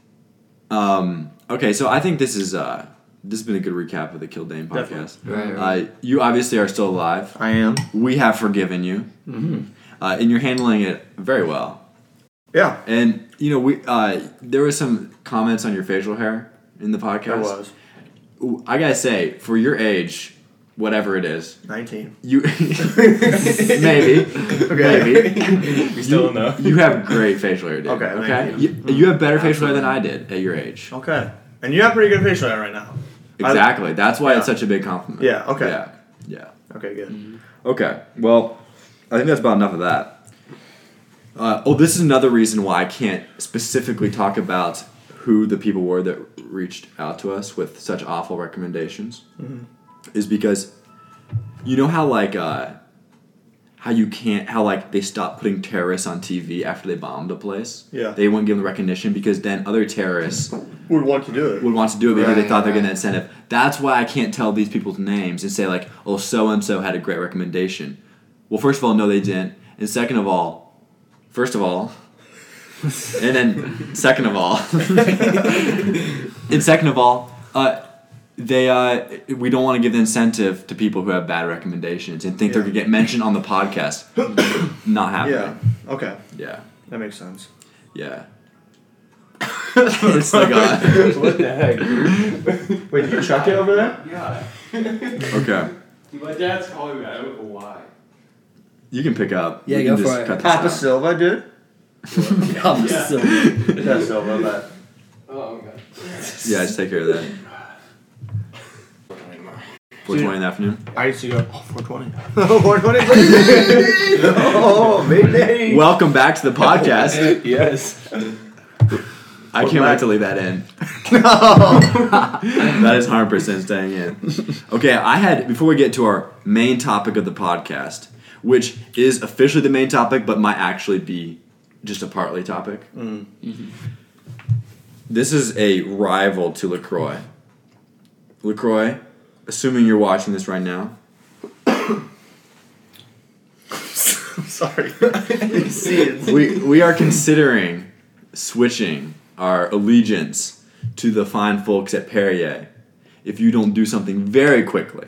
[SPEAKER 1] Um, okay, so I think this is uh this has been a good recap of the Kill Dane podcast.
[SPEAKER 2] Right,
[SPEAKER 1] Uh, you obviously are still alive.
[SPEAKER 3] I am.
[SPEAKER 1] We have forgiven you,
[SPEAKER 3] Mm-hmm.
[SPEAKER 1] uh, and you're handling it very well.
[SPEAKER 3] Yeah.
[SPEAKER 1] And you know, we uh, there was some comments on your facial hair in the podcast.
[SPEAKER 3] I was
[SPEAKER 1] Ooh, I gotta say, for your age, whatever it is,
[SPEAKER 3] nineteen. [LAUGHS]
[SPEAKER 1] you [LAUGHS] maybe maybe
[SPEAKER 4] [LAUGHS] We still don't know.
[SPEAKER 1] you have great facial hair, dude.
[SPEAKER 3] Okay, thank
[SPEAKER 1] okay, you. you have better facial hair than I did at your age.
[SPEAKER 3] Okay. And you have pretty good facial hair right now. I-
[SPEAKER 1] Exactly. That's why it's
[SPEAKER 3] Yeah.
[SPEAKER 1] such a big compliment.
[SPEAKER 3] Yeah, okay.
[SPEAKER 1] Yeah. Yeah.
[SPEAKER 3] Okay. Good.
[SPEAKER 1] Mm-hmm. Okay. Well, I think that's about enough of that. Uh, oh, this is another reason why I can't specifically talk about who the people were that reached out to us with such awful recommendations,
[SPEAKER 3] Mm-hmm.
[SPEAKER 1] is because you know how like uh, how you can't how like they stopped putting terrorists on TV after they bombed a place.
[SPEAKER 3] Yeah.
[SPEAKER 1] they wouldn't give them recognition because then other terrorists
[SPEAKER 3] Would want to do it.
[SPEAKER 1] would [LAUGHS] want to do it because they
[SPEAKER 2] Right,
[SPEAKER 1] thought they're getting
[SPEAKER 2] right.
[SPEAKER 1] that incentive. That's why I can't tell these people's names and say like, oh, so and so had a great recommendation. Well, first of all, no, they didn't, and second of all, first of all, and then second of all, [LAUGHS] and second of all, uh, they uh, we don't want to give the incentive to people who have bad recommendations and think they're
[SPEAKER 3] Yeah.
[SPEAKER 1] gonna get mentioned on the podcast. Not
[SPEAKER 3] [LAUGHS] Yeah.
[SPEAKER 1] happening.
[SPEAKER 3] Okay.
[SPEAKER 1] Yeah.
[SPEAKER 3] That makes sense.
[SPEAKER 1] Yeah. [LAUGHS] it's like uh,
[SPEAKER 3] [LAUGHS]
[SPEAKER 4] what the heck?
[SPEAKER 3] Wait, did you chuck it over there?
[SPEAKER 4] yeah.
[SPEAKER 1] okay.
[SPEAKER 4] My dad's calling me. I don't know why.
[SPEAKER 1] You can pick up.
[SPEAKER 2] Yeah,
[SPEAKER 1] You can
[SPEAKER 2] go
[SPEAKER 1] just
[SPEAKER 2] for it.
[SPEAKER 1] cut this
[SPEAKER 3] Papa
[SPEAKER 1] out.
[SPEAKER 3] Silva, dude.
[SPEAKER 2] [LAUGHS] I'm
[SPEAKER 4] Yeah.
[SPEAKER 2] so-
[SPEAKER 3] Yeah, Silva, but
[SPEAKER 4] Oh, okay.
[SPEAKER 1] Yeah, just take care of that. 420 in the afternoon.
[SPEAKER 3] I used to go oh, [LAUGHS] 420. 420. oh, midday.
[SPEAKER 1] Welcome back to the podcast.
[SPEAKER 4] [LAUGHS] yes.
[SPEAKER 1] I can't wait to leave that in. That is 100% staying in. Okay, I had, before we get to our main topic of the podcast, which is officially the main topic, but might actually be just a partly topic. This is a rival to LaCroix. LaCroix, assuming you're watching this right now,
[SPEAKER 3] I'm [LAUGHS] sorry. See, it's
[SPEAKER 1] we we are considering switching our allegiance to the fine folks at Perrier if you don't do something very quickly.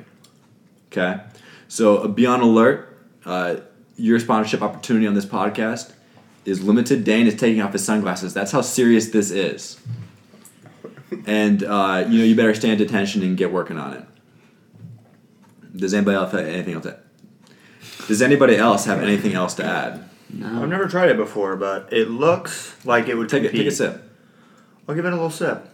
[SPEAKER 1] Okay, so be on alert. Uh, your sponsorship opportunity on this podcast is limited. Dane is taking off his sunglasses. That's how serious this is. And uh, you know you better stand attention and get working on it. Does anybody else have anything else? To, does anybody else have anything else to add?
[SPEAKER 3] I've
[SPEAKER 2] no.
[SPEAKER 3] never tried it before, but it looks like it would
[SPEAKER 1] Take a,
[SPEAKER 3] compete.
[SPEAKER 1] take a sip.
[SPEAKER 3] I'll give it a little sip.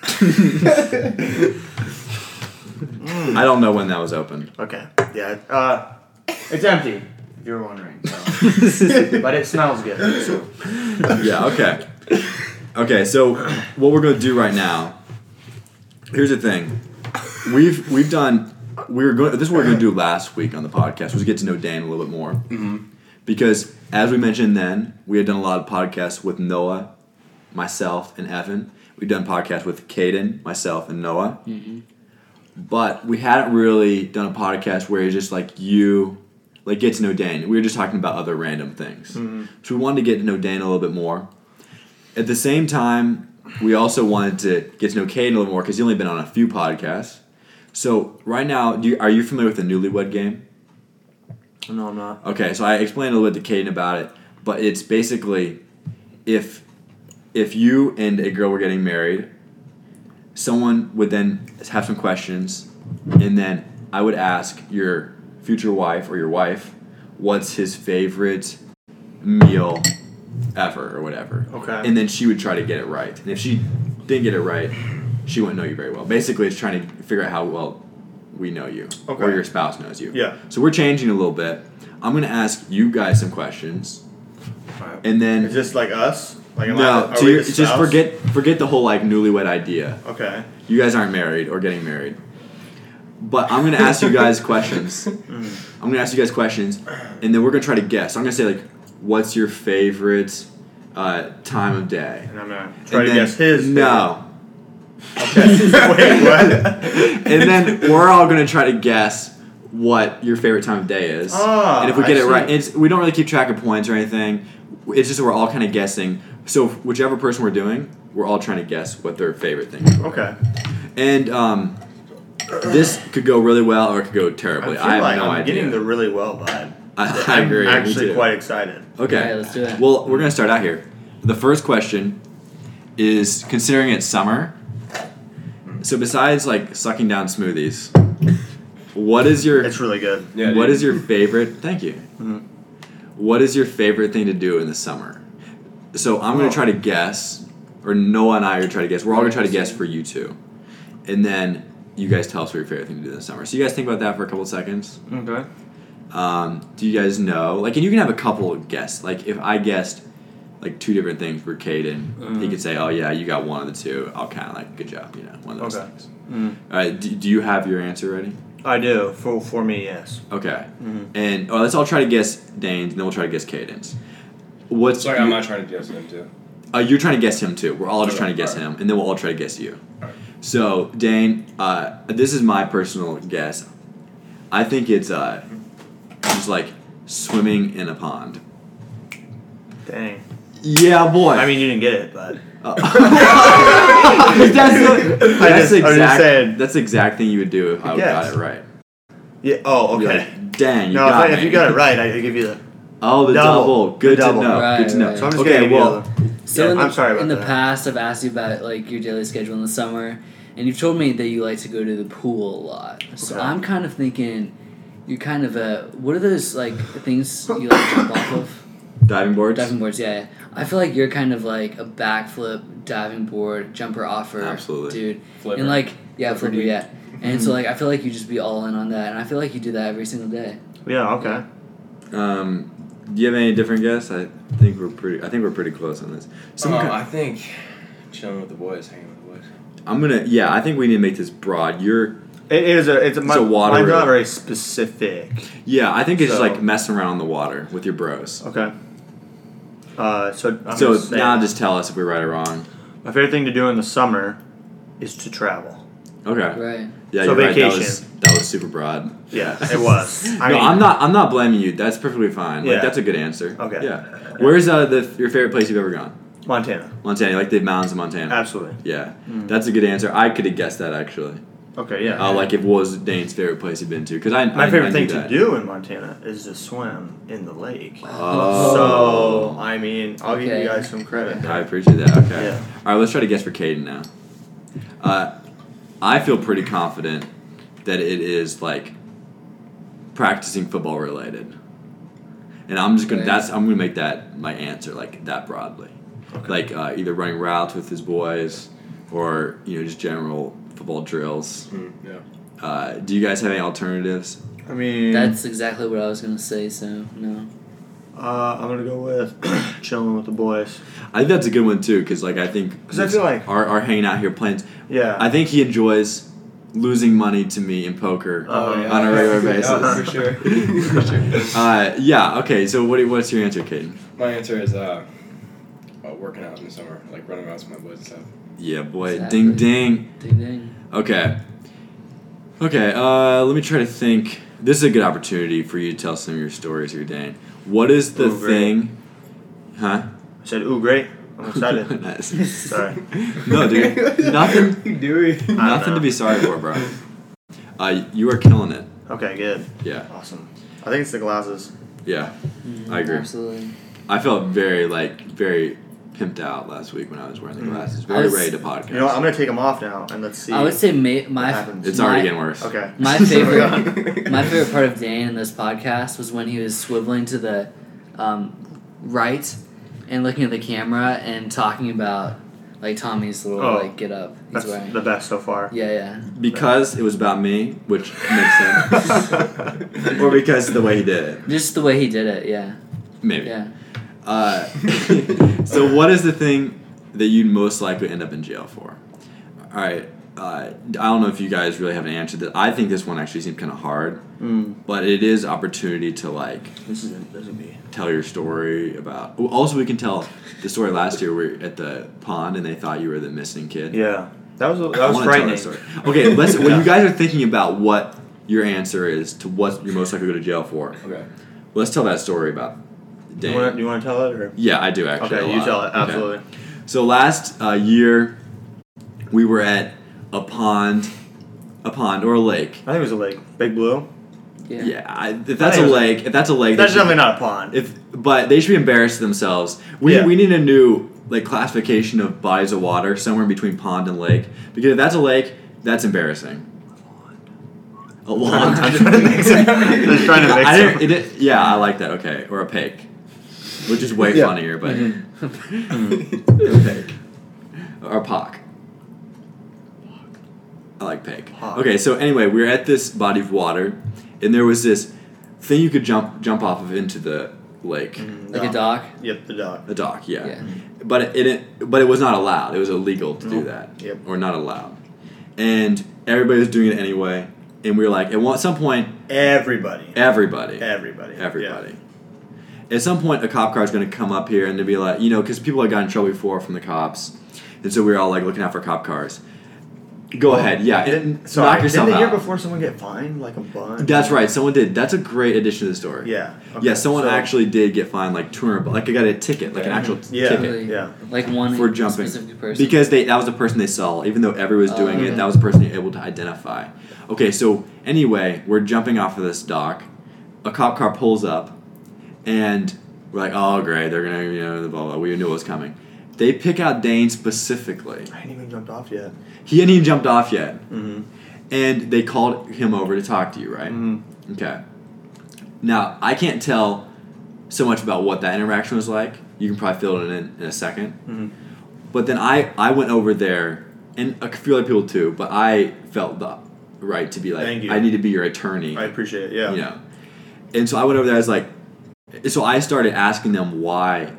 [SPEAKER 1] I don't know when that was opened.
[SPEAKER 3] Okay. Yeah. Uh, it's empty. If you were wondering. so. [LAUGHS] but it smells good. So.
[SPEAKER 1] [LAUGHS] Yeah, okay. Okay, so what we're gonna do right now. Here's the thing. We've we've done we were going this is what we are gonna do last week on the podcast was get to know Dan a little bit more. Mm-hmm. because as we mentioned then, we had done a lot of podcasts with Noah, myself, and Evan. We've done podcasts with Caden, myself, and Noah. But we hadn't really done a podcast where it's just like you, like get to know Dan. We were just talking about other random things. So we wanted to get to know Dan a little bit more. At the same time, we also wanted to get to know Caden a little more because he's only been on a few podcasts. So right now, do you, are you familiar with the Newlywed Game?
[SPEAKER 3] No, I'm not.
[SPEAKER 1] Okay, so I explained a little bit to Caden about it, but it's basically if if you and a girl were getting married, someone would then have some questions, and then I would ask your future wife or your wife, what's his favorite meal ever or whatever.
[SPEAKER 3] Okay.
[SPEAKER 1] And then she would try to get it right, and if she didn't get it right, she wouldn't know you very well. Basically, it's trying to figure out how well we know you or
[SPEAKER 3] Okay.
[SPEAKER 1] your spouse knows you.
[SPEAKER 3] Yeah.
[SPEAKER 1] So we're changing a little bit. I'm gonna ask you guys some questions, and then
[SPEAKER 3] Is this like us? Like, am I,
[SPEAKER 1] no,
[SPEAKER 3] are
[SPEAKER 1] to
[SPEAKER 3] we
[SPEAKER 1] your,
[SPEAKER 3] the
[SPEAKER 1] just
[SPEAKER 3] spouse?
[SPEAKER 1] forget forget the whole like newlywed idea.
[SPEAKER 3] Okay.
[SPEAKER 1] You guys aren't married or getting married, but I'm gonna ask you
[SPEAKER 3] [LAUGHS]
[SPEAKER 1] guys questions. I'm
[SPEAKER 3] Mm.
[SPEAKER 1] gonna ask you guys questions, and then we're gonna try to guess. I'm gonna say like, what's your favorite uh, time of day?
[SPEAKER 3] And I'm gonna try
[SPEAKER 1] And then-
[SPEAKER 3] to guess [LAUGHS] his.
[SPEAKER 1] No.
[SPEAKER 3] favorite. Wait, what?
[SPEAKER 1] and then we're all gonna try to guess what your favorite time of day is.
[SPEAKER 3] Ah,
[SPEAKER 1] and if we
[SPEAKER 3] I
[SPEAKER 1] get it
[SPEAKER 3] see.
[SPEAKER 1] right, it's, we don't really keep track of points or anything. It's just that we're all kind of guessing. So whichever person we're doing, we're all trying to guess what their favorite thing. Is.
[SPEAKER 3] [LAUGHS] Okay.
[SPEAKER 1] And um, this could go really well or it could go terribly.
[SPEAKER 3] I
[SPEAKER 1] I,
[SPEAKER 3] feel
[SPEAKER 1] have
[SPEAKER 3] like
[SPEAKER 1] no
[SPEAKER 3] I'm
[SPEAKER 1] idea.
[SPEAKER 3] getting the really well vibe.
[SPEAKER 1] [LAUGHS] I, [LAUGHS] I agree. me
[SPEAKER 3] am actually
[SPEAKER 1] too.
[SPEAKER 3] quite excited.
[SPEAKER 1] Okay.
[SPEAKER 2] Alright, let's do it.
[SPEAKER 1] Well, we're gonna start out here. The first question is considering it's summer. So besides like sucking down smoothies, what is your
[SPEAKER 3] It's really good. Mm-hmm.
[SPEAKER 4] Yeah,
[SPEAKER 1] [LAUGHS] what
[SPEAKER 4] dude.
[SPEAKER 1] is your favorite? Thank you. What is your favorite thing to do in the summer? So I'm gonna
[SPEAKER 3] Oh.
[SPEAKER 1] try to guess, or Noah and I are gonna try to guess. We're all gonna try to guess for you two, and then you guys tell us what your favorite thing to do this summer. So you guys think about that for a couple seconds.
[SPEAKER 3] Okay.
[SPEAKER 1] Um, do you guys know? Like, and you can have a couple of guess. Like, if I guessed like two different things for Caden, he could say, "Oh yeah, you got one of the two. I'll kind of like good job, you know, one of those
[SPEAKER 3] Okay.
[SPEAKER 1] things."
[SPEAKER 3] Mm.
[SPEAKER 1] All right. Do, do you have your answer ready?
[SPEAKER 3] I do. For for me, yes.
[SPEAKER 1] Okay. And oh, let's all try to guess Dane's, and then we'll try to guess Caden's. What's
[SPEAKER 4] Sorry, I'm not trying to guess them too.
[SPEAKER 1] uh, you're trying to guess him too. We're all just
[SPEAKER 4] Okay,
[SPEAKER 1] trying to guess
[SPEAKER 4] all right.
[SPEAKER 1] him, and then we'll all try to guess you.
[SPEAKER 4] All right.
[SPEAKER 1] So Dane, uh, this is my personal guess. I think it's uh, just like swimming in a pond.
[SPEAKER 3] Dang.
[SPEAKER 1] Yeah, boy. Uh,
[SPEAKER 3] I mean, you didn't get it, but [LAUGHS]
[SPEAKER 1] [LAUGHS] that's the, that's
[SPEAKER 3] I just-
[SPEAKER 1] the
[SPEAKER 3] I was just
[SPEAKER 1] exact.
[SPEAKER 3] saying.
[SPEAKER 1] That's the exact thing you would do if I got
[SPEAKER 3] guess.
[SPEAKER 1] it right.
[SPEAKER 3] yeah. Oh,
[SPEAKER 1] You'd be
[SPEAKER 3] okay.
[SPEAKER 1] like, Dang, you
[SPEAKER 3] no, if,
[SPEAKER 1] got
[SPEAKER 3] I, if
[SPEAKER 1] me."
[SPEAKER 3] you got it right, I I give you the.
[SPEAKER 1] [LAUGHS] Oh, the double.
[SPEAKER 3] Double.
[SPEAKER 1] Good
[SPEAKER 3] The double.
[SPEAKER 1] to know. Good
[SPEAKER 2] Right,
[SPEAKER 1] to know.
[SPEAKER 2] right. So
[SPEAKER 3] I'm just gonna
[SPEAKER 1] okay,
[SPEAKER 3] give you
[SPEAKER 1] well,
[SPEAKER 3] the-
[SPEAKER 2] So
[SPEAKER 3] Yeah,
[SPEAKER 2] in the,
[SPEAKER 3] I'm sorry about
[SPEAKER 2] in the
[SPEAKER 3] that.
[SPEAKER 2] past, I've asked you about like your daily schedule in the summer, and you've told me that you like to go to the pool a lot. So
[SPEAKER 3] Okay.
[SPEAKER 2] I'm kind of thinking, you're kind of a what are those like things you like to jump off of?
[SPEAKER 1] diving boards.
[SPEAKER 2] Diving boards, yeah, yeah. I feel like you're kind of like a backflip, diving board, jumper offer,
[SPEAKER 1] Absolutely.
[SPEAKER 2] dude.
[SPEAKER 4] Flipper.
[SPEAKER 2] And like, yeah, flipper,
[SPEAKER 4] dude.
[SPEAKER 2] yeah. And
[SPEAKER 3] Mm-hmm.
[SPEAKER 2] so like, I feel like you just be all in on that, and I feel like you do that every single day.
[SPEAKER 3] Yeah. Okay.
[SPEAKER 1] Um, do you have any different guess? I think we're pretty. I think we're pretty close on this. Some
[SPEAKER 3] Oh,
[SPEAKER 4] Uh,
[SPEAKER 1] kind-
[SPEAKER 4] I think chilling with the boys, hanging with the boys.
[SPEAKER 1] I'm gonna. Yeah, I think we need to make this broad. You're.
[SPEAKER 3] It is a. It's a. My,
[SPEAKER 1] a water
[SPEAKER 3] Mine's
[SPEAKER 1] road.
[SPEAKER 3] not very specific.
[SPEAKER 1] Yeah, I think it's just
[SPEAKER 3] So-
[SPEAKER 1] like messing around on the water with your bros.
[SPEAKER 3] Okay. Uh, so I'm
[SPEAKER 1] so
[SPEAKER 3] gonna say-
[SPEAKER 1] now just tell us if we're right or wrong.
[SPEAKER 3] my favorite thing to do in the summer is to travel.
[SPEAKER 1] Okay.
[SPEAKER 2] Right.
[SPEAKER 1] Yeah, you're right.
[SPEAKER 3] So
[SPEAKER 1] That
[SPEAKER 3] vacation.
[SPEAKER 1] was, that was super broad.
[SPEAKER 3] Yeah, [LAUGHS] it
[SPEAKER 1] [LAUGHS]
[SPEAKER 3] was. I
[SPEAKER 1] no,
[SPEAKER 3] mean,
[SPEAKER 1] I'm not. I'm not blaming you. That's perfectly fine. Like
[SPEAKER 3] Yeah.
[SPEAKER 1] that's a good answer.
[SPEAKER 3] Okay.
[SPEAKER 1] Yeah. Where's uh, the your favorite place you've ever gone?
[SPEAKER 3] Montana.
[SPEAKER 1] Montana, like the mountains of Montana.
[SPEAKER 3] Absolutely.
[SPEAKER 1] Yeah,
[SPEAKER 3] Hmm.
[SPEAKER 1] that's a good answer. I could have guessed that actually.
[SPEAKER 3] Okay. Yeah.
[SPEAKER 1] Uh, like if was Dane's favorite place he'd been to, because I
[SPEAKER 3] my
[SPEAKER 1] I,
[SPEAKER 3] favorite
[SPEAKER 1] I
[SPEAKER 3] thing
[SPEAKER 1] knew
[SPEAKER 3] to
[SPEAKER 1] that.
[SPEAKER 3] do in Montana is to swim in the lake.
[SPEAKER 1] Oh.
[SPEAKER 3] So I mean, I'll give
[SPEAKER 2] Okay.
[SPEAKER 3] you guys some credit.
[SPEAKER 1] I appreciate that. Okay.
[SPEAKER 3] Yeah.
[SPEAKER 1] All right, let's try to guess for Caden now. Uh, I feel pretty confident that it is like practicing football related, and I'm just gonna
[SPEAKER 2] Okay.
[SPEAKER 1] that's I'm gonna make that my answer like that broadly, like uh, either running routes with his boys or you know just general football drills.
[SPEAKER 4] Mm, yeah.
[SPEAKER 1] Uh, do you guys have any alternatives?
[SPEAKER 3] I mean,
[SPEAKER 2] That's exactly what I was gonna say. So no.
[SPEAKER 3] uh, I'm gonna go with [CLEARS THROAT] chilling with the boys.
[SPEAKER 1] I think that's a good one too, because like I think
[SPEAKER 3] 'Cause I feel like-
[SPEAKER 1] our, our hanging out here plans.
[SPEAKER 3] Yeah.
[SPEAKER 1] I think he enjoys losing money to me in poker
[SPEAKER 3] Oh, yeah.
[SPEAKER 1] on a
[SPEAKER 3] [LAUGHS]
[SPEAKER 4] [LAUGHS]
[SPEAKER 1] regular basis.
[SPEAKER 4] Oh, for sure. [LAUGHS]
[SPEAKER 1] [LAUGHS]
[SPEAKER 4] for sure.
[SPEAKER 1] Uh, yeah. Okay. So what, what's your answer, Caden?
[SPEAKER 4] My answer is uh, uh, working out in the summer, like running around with my boys and stuff.
[SPEAKER 1] Yeah, boy.
[SPEAKER 2] Exactly.
[SPEAKER 1] Ding ding.
[SPEAKER 2] Ding ding.
[SPEAKER 1] Okay. Okay. Uh, let me try to think. This is a good opportunity for you to tell some of your stories here, Dane. What is the
[SPEAKER 3] Ooh, great.
[SPEAKER 1] thing? Huh?
[SPEAKER 3] I said, "Ooh, great!
[SPEAKER 1] [LAUGHS]
[SPEAKER 3] I'm excited."
[SPEAKER 1] Nice.
[SPEAKER 3] [LAUGHS] Sorry.
[SPEAKER 1] No, dude. Nothing.
[SPEAKER 3] [LAUGHS]
[SPEAKER 4] Dewey.
[SPEAKER 3] I don't
[SPEAKER 1] Nothing to
[SPEAKER 3] know.
[SPEAKER 1] be sorry for, bro. Uh, you are killing it.
[SPEAKER 3] Okay, good,
[SPEAKER 1] Yeah.
[SPEAKER 3] awesome. I think it's the glasses.
[SPEAKER 1] Yeah. I agree.
[SPEAKER 2] Mm-hmm. Absolutely.
[SPEAKER 1] I felt very like very pimped out last week when I was wearing the
[SPEAKER 3] Mm.
[SPEAKER 1] glasses.
[SPEAKER 2] I
[SPEAKER 1] Very
[SPEAKER 2] was-
[SPEAKER 1] ready to podcast.
[SPEAKER 3] You know, what? I'm gonna take them off now and let's see.
[SPEAKER 2] I would say ma- my
[SPEAKER 3] What happens?
[SPEAKER 1] it's already
[SPEAKER 2] my-
[SPEAKER 1] getting worse.
[SPEAKER 3] okay. [LAUGHS]
[SPEAKER 2] My
[SPEAKER 3] Sorry.
[SPEAKER 2] favorite- [LAUGHS] My favorite part of Dan in this podcast was when he was swiveling to the um, right and looking at the camera and talking about like Tommy's little
[SPEAKER 3] Oh.
[SPEAKER 2] like get up he's
[SPEAKER 3] That's
[SPEAKER 2] wearing.
[SPEAKER 3] the best
[SPEAKER 1] [LAUGHS]
[SPEAKER 3] so far.
[SPEAKER 2] yeah, yeah.
[SPEAKER 1] Because it was about me, which makes sense,
[SPEAKER 3] [LAUGHS]
[SPEAKER 1] or because of the way he did it,
[SPEAKER 2] Just the way he did it. Yeah,
[SPEAKER 1] maybe.
[SPEAKER 2] yeah.
[SPEAKER 1] Uh, [LAUGHS] so, what is the thing that you'd most likely end up in jail for? All right. Uh, I don't know if you guys really have an answer. to That I think this one actually seemed kind of hard,
[SPEAKER 3] Mm,
[SPEAKER 1] but it is opportunity to like
[SPEAKER 3] this isn't. This is me.
[SPEAKER 1] tell your story about. well, Also, we can tell the story last year. We were at the pond and they thought you were the missing kid.
[SPEAKER 3] Yeah, that was that
[SPEAKER 1] I
[SPEAKER 3] was
[SPEAKER 1] wanna tell
[SPEAKER 3] frightening.
[SPEAKER 1] story. Okay, let's. When
[SPEAKER 3] Yeah.
[SPEAKER 1] you guys are thinking about what your answer is to what you're most likely to go to jail for,
[SPEAKER 4] [LAUGHS] Okay.
[SPEAKER 1] let's tell that story about.
[SPEAKER 3] Do
[SPEAKER 1] Dan.
[SPEAKER 3] you wanna- do you want to tell it or?
[SPEAKER 1] Yeah, I do actually. a
[SPEAKER 3] okay, you
[SPEAKER 1] lot.
[SPEAKER 3] tell it.
[SPEAKER 1] Okay.
[SPEAKER 3] Absolutely.
[SPEAKER 1] So last uh, year, we were at a pond, a pond or a lake.
[SPEAKER 3] I think it was a lake. Big Blue.
[SPEAKER 2] Yeah.
[SPEAKER 1] Yeah, I, if that's
[SPEAKER 3] think
[SPEAKER 1] a
[SPEAKER 3] it was-
[SPEAKER 1] lake, if that's a lake,
[SPEAKER 3] That's
[SPEAKER 1] they should-
[SPEAKER 3] definitely not a pond.
[SPEAKER 1] If but they should be embarrassed of themselves. We
[SPEAKER 3] Yeah.
[SPEAKER 1] we need a new like classification of bodies of water somewhere in between pond and lake because if that's a lake, that's embarrassing. A lawn.
[SPEAKER 3] I'm just trying to [LAUGHS] mix it. I'm just trying to mix
[SPEAKER 1] I didn't-
[SPEAKER 3] it.
[SPEAKER 1] it didn't- yeah, I like that. Okay, or a pig, which is way
[SPEAKER 4] Yeah.
[SPEAKER 1] funnier, but
[SPEAKER 3] Mm-hmm.
[SPEAKER 1] [LAUGHS]
[SPEAKER 4] Mhm.
[SPEAKER 1] a pig or a pock. I like pig.
[SPEAKER 3] Pock.
[SPEAKER 1] Okay, so anyway, we were at this body of water, and there was this thing you could jump jump off of into the lake,
[SPEAKER 3] Mm-hmm.
[SPEAKER 2] Like a dock.
[SPEAKER 3] Mm, Yep, the dog.
[SPEAKER 1] the dock. Yeah.
[SPEAKER 2] Yeah.
[SPEAKER 1] But it, it but it was not allowed. It was illegal to do
[SPEAKER 3] Mm.
[SPEAKER 1] that,
[SPEAKER 3] Yep.
[SPEAKER 1] or not allowed. And everybody was doing it anyway, and we were like, at one- some point,
[SPEAKER 3] Everybody.
[SPEAKER 1] everybody,
[SPEAKER 3] Everybody. yeah.
[SPEAKER 1] everybody. At some point, a cop car is going to come up here and to be like, you know, because people had gotten in trouble before from the cops, and so we were all like looking out for cop cars. Go ahead, yeah,
[SPEAKER 3] Didn't-
[SPEAKER 1] and
[SPEAKER 3] sorry,
[SPEAKER 1] knock yourself
[SPEAKER 3] didn't the
[SPEAKER 1] out.
[SPEAKER 3] year before someone get fined like a bunch?
[SPEAKER 1] That's right, someone did. That's a great addition to the story.
[SPEAKER 3] Yeah. okay,
[SPEAKER 1] yeah, someone
[SPEAKER 3] so-
[SPEAKER 1] actually did get fined like two hundred, like I got a ticket, like an
[SPEAKER 4] Yeah.
[SPEAKER 1] actual
[SPEAKER 3] Yeah.
[SPEAKER 1] ticket.
[SPEAKER 3] Yeah.
[SPEAKER 2] Like one
[SPEAKER 1] For jumping.
[SPEAKER 2] specific person.
[SPEAKER 1] Because they that was the person they saw, even though everyone was doing
[SPEAKER 2] Oh.
[SPEAKER 1] it, that was the person they were able to identify. Okay, so anyway, we're jumping off of this dock. A cop car pulls up, and we're like, "Oh, great, they're gonna, you know, blah blah." We knew it was coming. They pick out Dane specifically.
[SPEAKER 3] I hadn't even jumped off yet.
[SPEAKER 1] He hadn't even jumped off yet,
[SPEAKER 3] Mm-hmm.
[SPEAKER 1] and they called him over to talk to you, right?
[SPEAKER 3] Mm-hmm.
[SPEAKER 1] Okay. Now I can't tell so much about what that interaction was like. You can probably fill it in in a second.
[SPEAKER 3] Mhm.
[SPEAKER 1] But then I I went over there, and a few other people too. But I felt the right to be like,
[SPEAKER 3] Thank you.
[SPEAKER 1] I need to be your attorney.
[SPEAKER 3] I appreciate it. Yeah.
[SPEAKER 1] You know. And so I went over there. I was like, so I started asking them why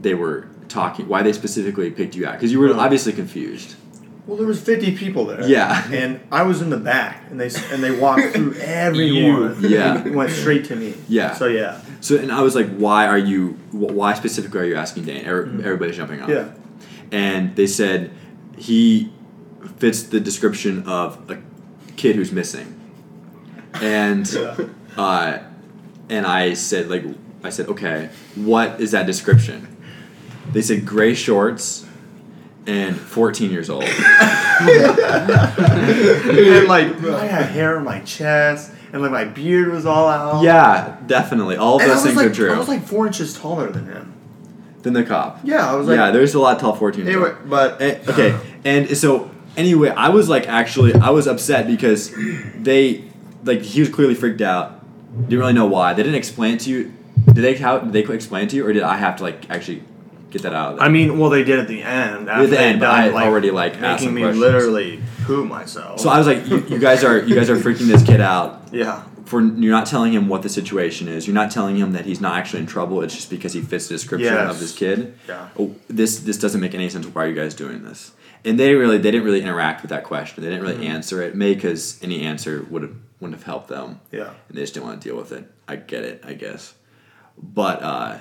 [SPEAKER 1] they were talking, why they specifically picked you out, because you were
[SPEAKER 3] Uh-huh.
[SPEAKER 1] obviously confused.
[SPEAKER 3] Well, there was 50 people there.
[SPEAKER 1] Yeah.
[SPEAKER 3] And I was in the back, and they s- and they walked
[SPEAKER 1] [LAUGHS]
[SPEAKER 3] through everyone.
[SPEAKER 1] Yeah.
[SPEAKER 3] [LAUGHS] And went straight to me.
[SPEAKER 1] Yeah. [LAUGHS]
[SPEAKER 3] So yeah.
[SPEAKER 1] So and I was like, why are you? wh- Why specifically are you asking Dane? Every- Everybody's jumping on.
[SPEAKER 3] Mm-hmm. Yeah.
[SPEAKER 1] and they said he fits the description of a kid who's missing.
[SPEAKER 3] [LAUGHS]
[SPEAKER 1] And uh, and I said like I said, okay, what is that description? They said gray shorts and 14 years old.
[SPEAKER 3] and like I had hair on my chest, and like my beard was all out.
[SPEAKER 1] yeah, definitely. All of
[SPEAKER 3] Oh. And I
[SPEAKER 1] those
[SPEAKER 3] was
[SPEAKER 1] things
[SPEAKER 3] like,
[SPEAKER 1] are true.
[SPEAKER 3] I was like four inches taller than him.
[SPEAKER 1] then the cop.
[SPEAKER 3] Yeah, I was like.
[SPEAKER 1] yeah, there's a lot of tall 14 years
[SPEAKER 3] Anyway,
[SPEAKER 1] old.
[SPEAKER 3] but
[SPEAKER 1] And- Eh, okay, and so anyway, I was like actually I was upset because they like he was clearly freaked out. Didn't really know why. They didn't explain it to you. Did they how did they explain it to you, or did I have to like actually get that out? Of there?
[SPEAKER 3] I mean, well, they did at the end. After
[SPEAKER 1] At the
[SPEAKER 3] they
[SPEAKER 1] end, but
[SPEAKER 3] done,
[SPEAKER 1] I already, like, asked
[SPEAKER 3] making
[SPEAKER 1] some
[SPEAKER 3] me
[SPEAKER 1] questions.
[SPEAKER 3] literally poo myself.
[SPEAKER 1] so I was like, you, you guys are you guys are freaking this kid out
[SPEAKER 3] yeah,
[SPEAKER 1] for you're not telling him what the situation is. You're not telling him that he's not actually in trouble. It's just because he fits the description
[SPEAKER 3] Yes.
[SPEAKER 1] of this kid.
[SPEAKER 3] yeah.
[SPEAKER 1] Oh, this this doesn't make any sense. Why are you guys doing this? and they really they didn't really interact with that question. They didn't really
[SPEAKER 3] Mm-hmm.
[SPEAKER 1] answer it, maybe because any answer would have wouldn't have helped them,
[SPEAKER 3] Yeah.
[SPEAKER 1] and they just didn't want to deal with it. I get it, I guess. But uh,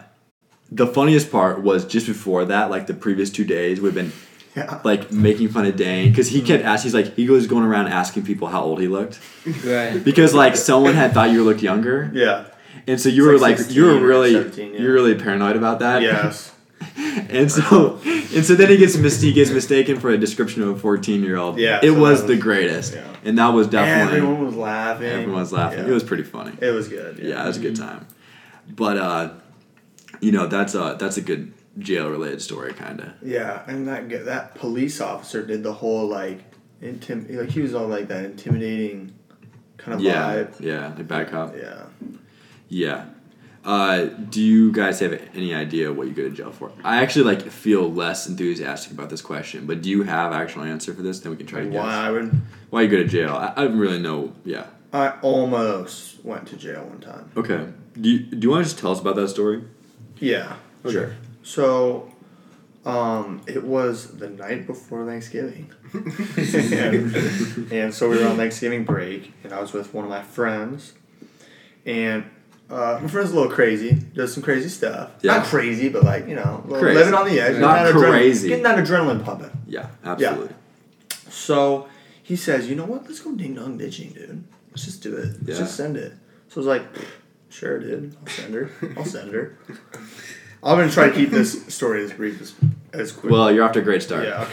[SPEAKER 1] the funniest part was just before that, like the previous two days, we've been
[SPEAKER 3] Yeah. Mm-hmm.
[SPEAKER 1] like making fun of Dane because he kept asking. He's like he was going around asking people how old he looked
[SPEAKER 4] Right.
[SPEAKER 1] because like someone had thought you looked younger,
[SPEAKER 3] Yeah.
[SPEAKER 1] and so you
[SPEAKER 3] It's
[SPEAKER 1] were
[SPEAKER 3] like
[SPEAKER 1] like, you
[SPEAKER 3] 16
[SPEAKER 1] were
[SPEAKER 3] or
[SPEAKER 1] really
[SPEAKER 3] 17, yeah.
[SPEAKER 1] you were really paranoid about that.
[SPEAKER 3] Yes.
[SPEAKER 1] And so, [LAUGHS] and so then he gets mis- he gets mistaken for a description of a fourteen year old.
[SPEAKER 3] Yeah,
[SPEAKER 1] it
[SPEAKER 3] so
[SPEAKER 1] was,
[SPEAKER 3] that
[SPEAKER 1] the
[SPEAKER 3] was-
[SPEAKER 1] greasest,
[SPEAKER 3] yeah.
[SPEAKER 1] and that was definitely everyone,
[SPEAKER 3] Everyone was laughing.
[SPEAKER 1] was laughing.
[SPEAKER 3] Yeah.
[SPEAKER 1] It was pretty funny.
[SPEAKER 3] It was good.
[SPEAKER 1] yeah, it was a good time. But uh, you know, that's a that's a good jail related story, kind of.
[SPEAKER 3] Yeah, and that g- that police officer did the whole like intim like he was all like that intimidating kind of
[SPEAKER 1] Yeah,
[SPEAKER 3] vibe.
[SPEAKER 1] yeah, the bad cop.
[SPEAKER 3] Yeah.
[SPEAKER 1] Yeah. Uh, do you guys have any idea what you go to jail for? I actually like feel less enthusiastic about this question, but do you have actual answer for this? Then we can try to
[SPEAKER 3] Like,
[SPEAKER 1] guess
[SPEAKER 3] why
[SPEAKER 1] why,
[SPEAKER 3] I would
[SPEAKER 1] you go to jail. I, I don't really know. Yeah.
[SPEAKER 3] I almost went to jail one time.
[SPEAKER 1] Okay. Do you, do you want to just tell us about that story?
[SPEAKER 3] Yeah.
[SPEAKER 1] Sure.
[SPEAKER 3] So, um, it was the night
[SPEAKER 1] [LAUGHS]
[SPEAKER 3] before Thanksgiving. and, and so we were on Thanksgiving break, and I was with one of my friends. And uh, my friend's a little crazy, does some crazy stuff.
[SPEAKER 1] Yeah.
[SPEAKER 3] Not crazy, but like, you know, li-
[SPEAKER 1] Crazy.
[SPEAKER 3] living on the edge.
[SPEAKER 1] Not
[SPEAKER 3] getting that adrenaline-
[SPEAKER 1] crazy.
[SPEAKER 3] Getting that adrenaline pumping.
[SPEAKER 1] Yeah, absolutely.
[SPEAKER 3] So he says, you know what? Let's go ding dong ditching, dude. Let's just do it. Let's
[SPEAKER 1] Yeah.
[SPEAKER 3] just send it. So I was like, sure, dude. I'll send her. I'll send her. I'm gonna try to keep this story as brief as as quick.
[SPEAKER 1] Well, you're off to a great start.
[SPEAKER 3] yeah,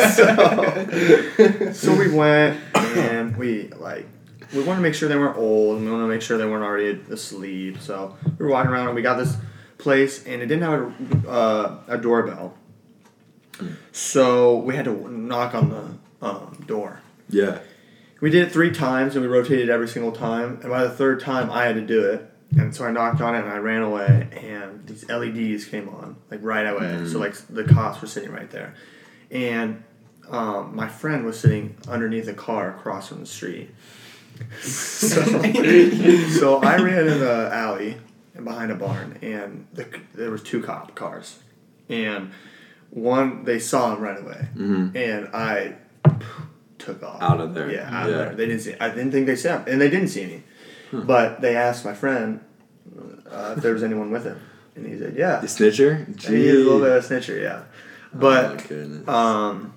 [SPEAKER 3] okay. so, so we went and we like we wanted to make sure they weren't old and we wanted to make sure they weren't already asleep. So we were walking around and we got this place and it didn't have a, uh, a doorbell. So we had to knock on the um, door.
[SPEAKER 1] [LAUGHS] Yeah.
[SPEAKER 3] We did it three times and we rotated every single time. And by the third time, I had to do it. And so I knocked on it and I ran away. And these LEDs came on like right away.
[SPEAKER 1] Mm.
[SPEAKER 3] So like the cops were sitting right there, and um, my friend was sitting underneath a car across from the street. [LAUGHS]
[SPEAKER 1] [LAUGHS]
[SPEAKER 3] so, so I ran in the alley and behind a barn, and the, there was two cop cars, and one they saw him right away, and I took off
[SPEAKER 1] Mm-hmm. Out of there.
[SPEAKER 3] Yeah,
[SPEAKER 1] Yeah. Hmm.
[SPEAKER 3] out of there. They didn't see. I didn't think they saw him, and they didn't see me. But they asked my friend uh, if there was anyone with him, and he said, "Yeah."
[SPEAKER 1] The snitcher?
[SPEAKER 3] And he is a little bit
[SPEAKER 1] Gee.
[SPEAKER 3] of a snitcher, yeah.
[SPEAKER 1] Oh, my
[SPEAKER 3] But
[SPEAKER 1] goodness.
[SPEAKER 3] um,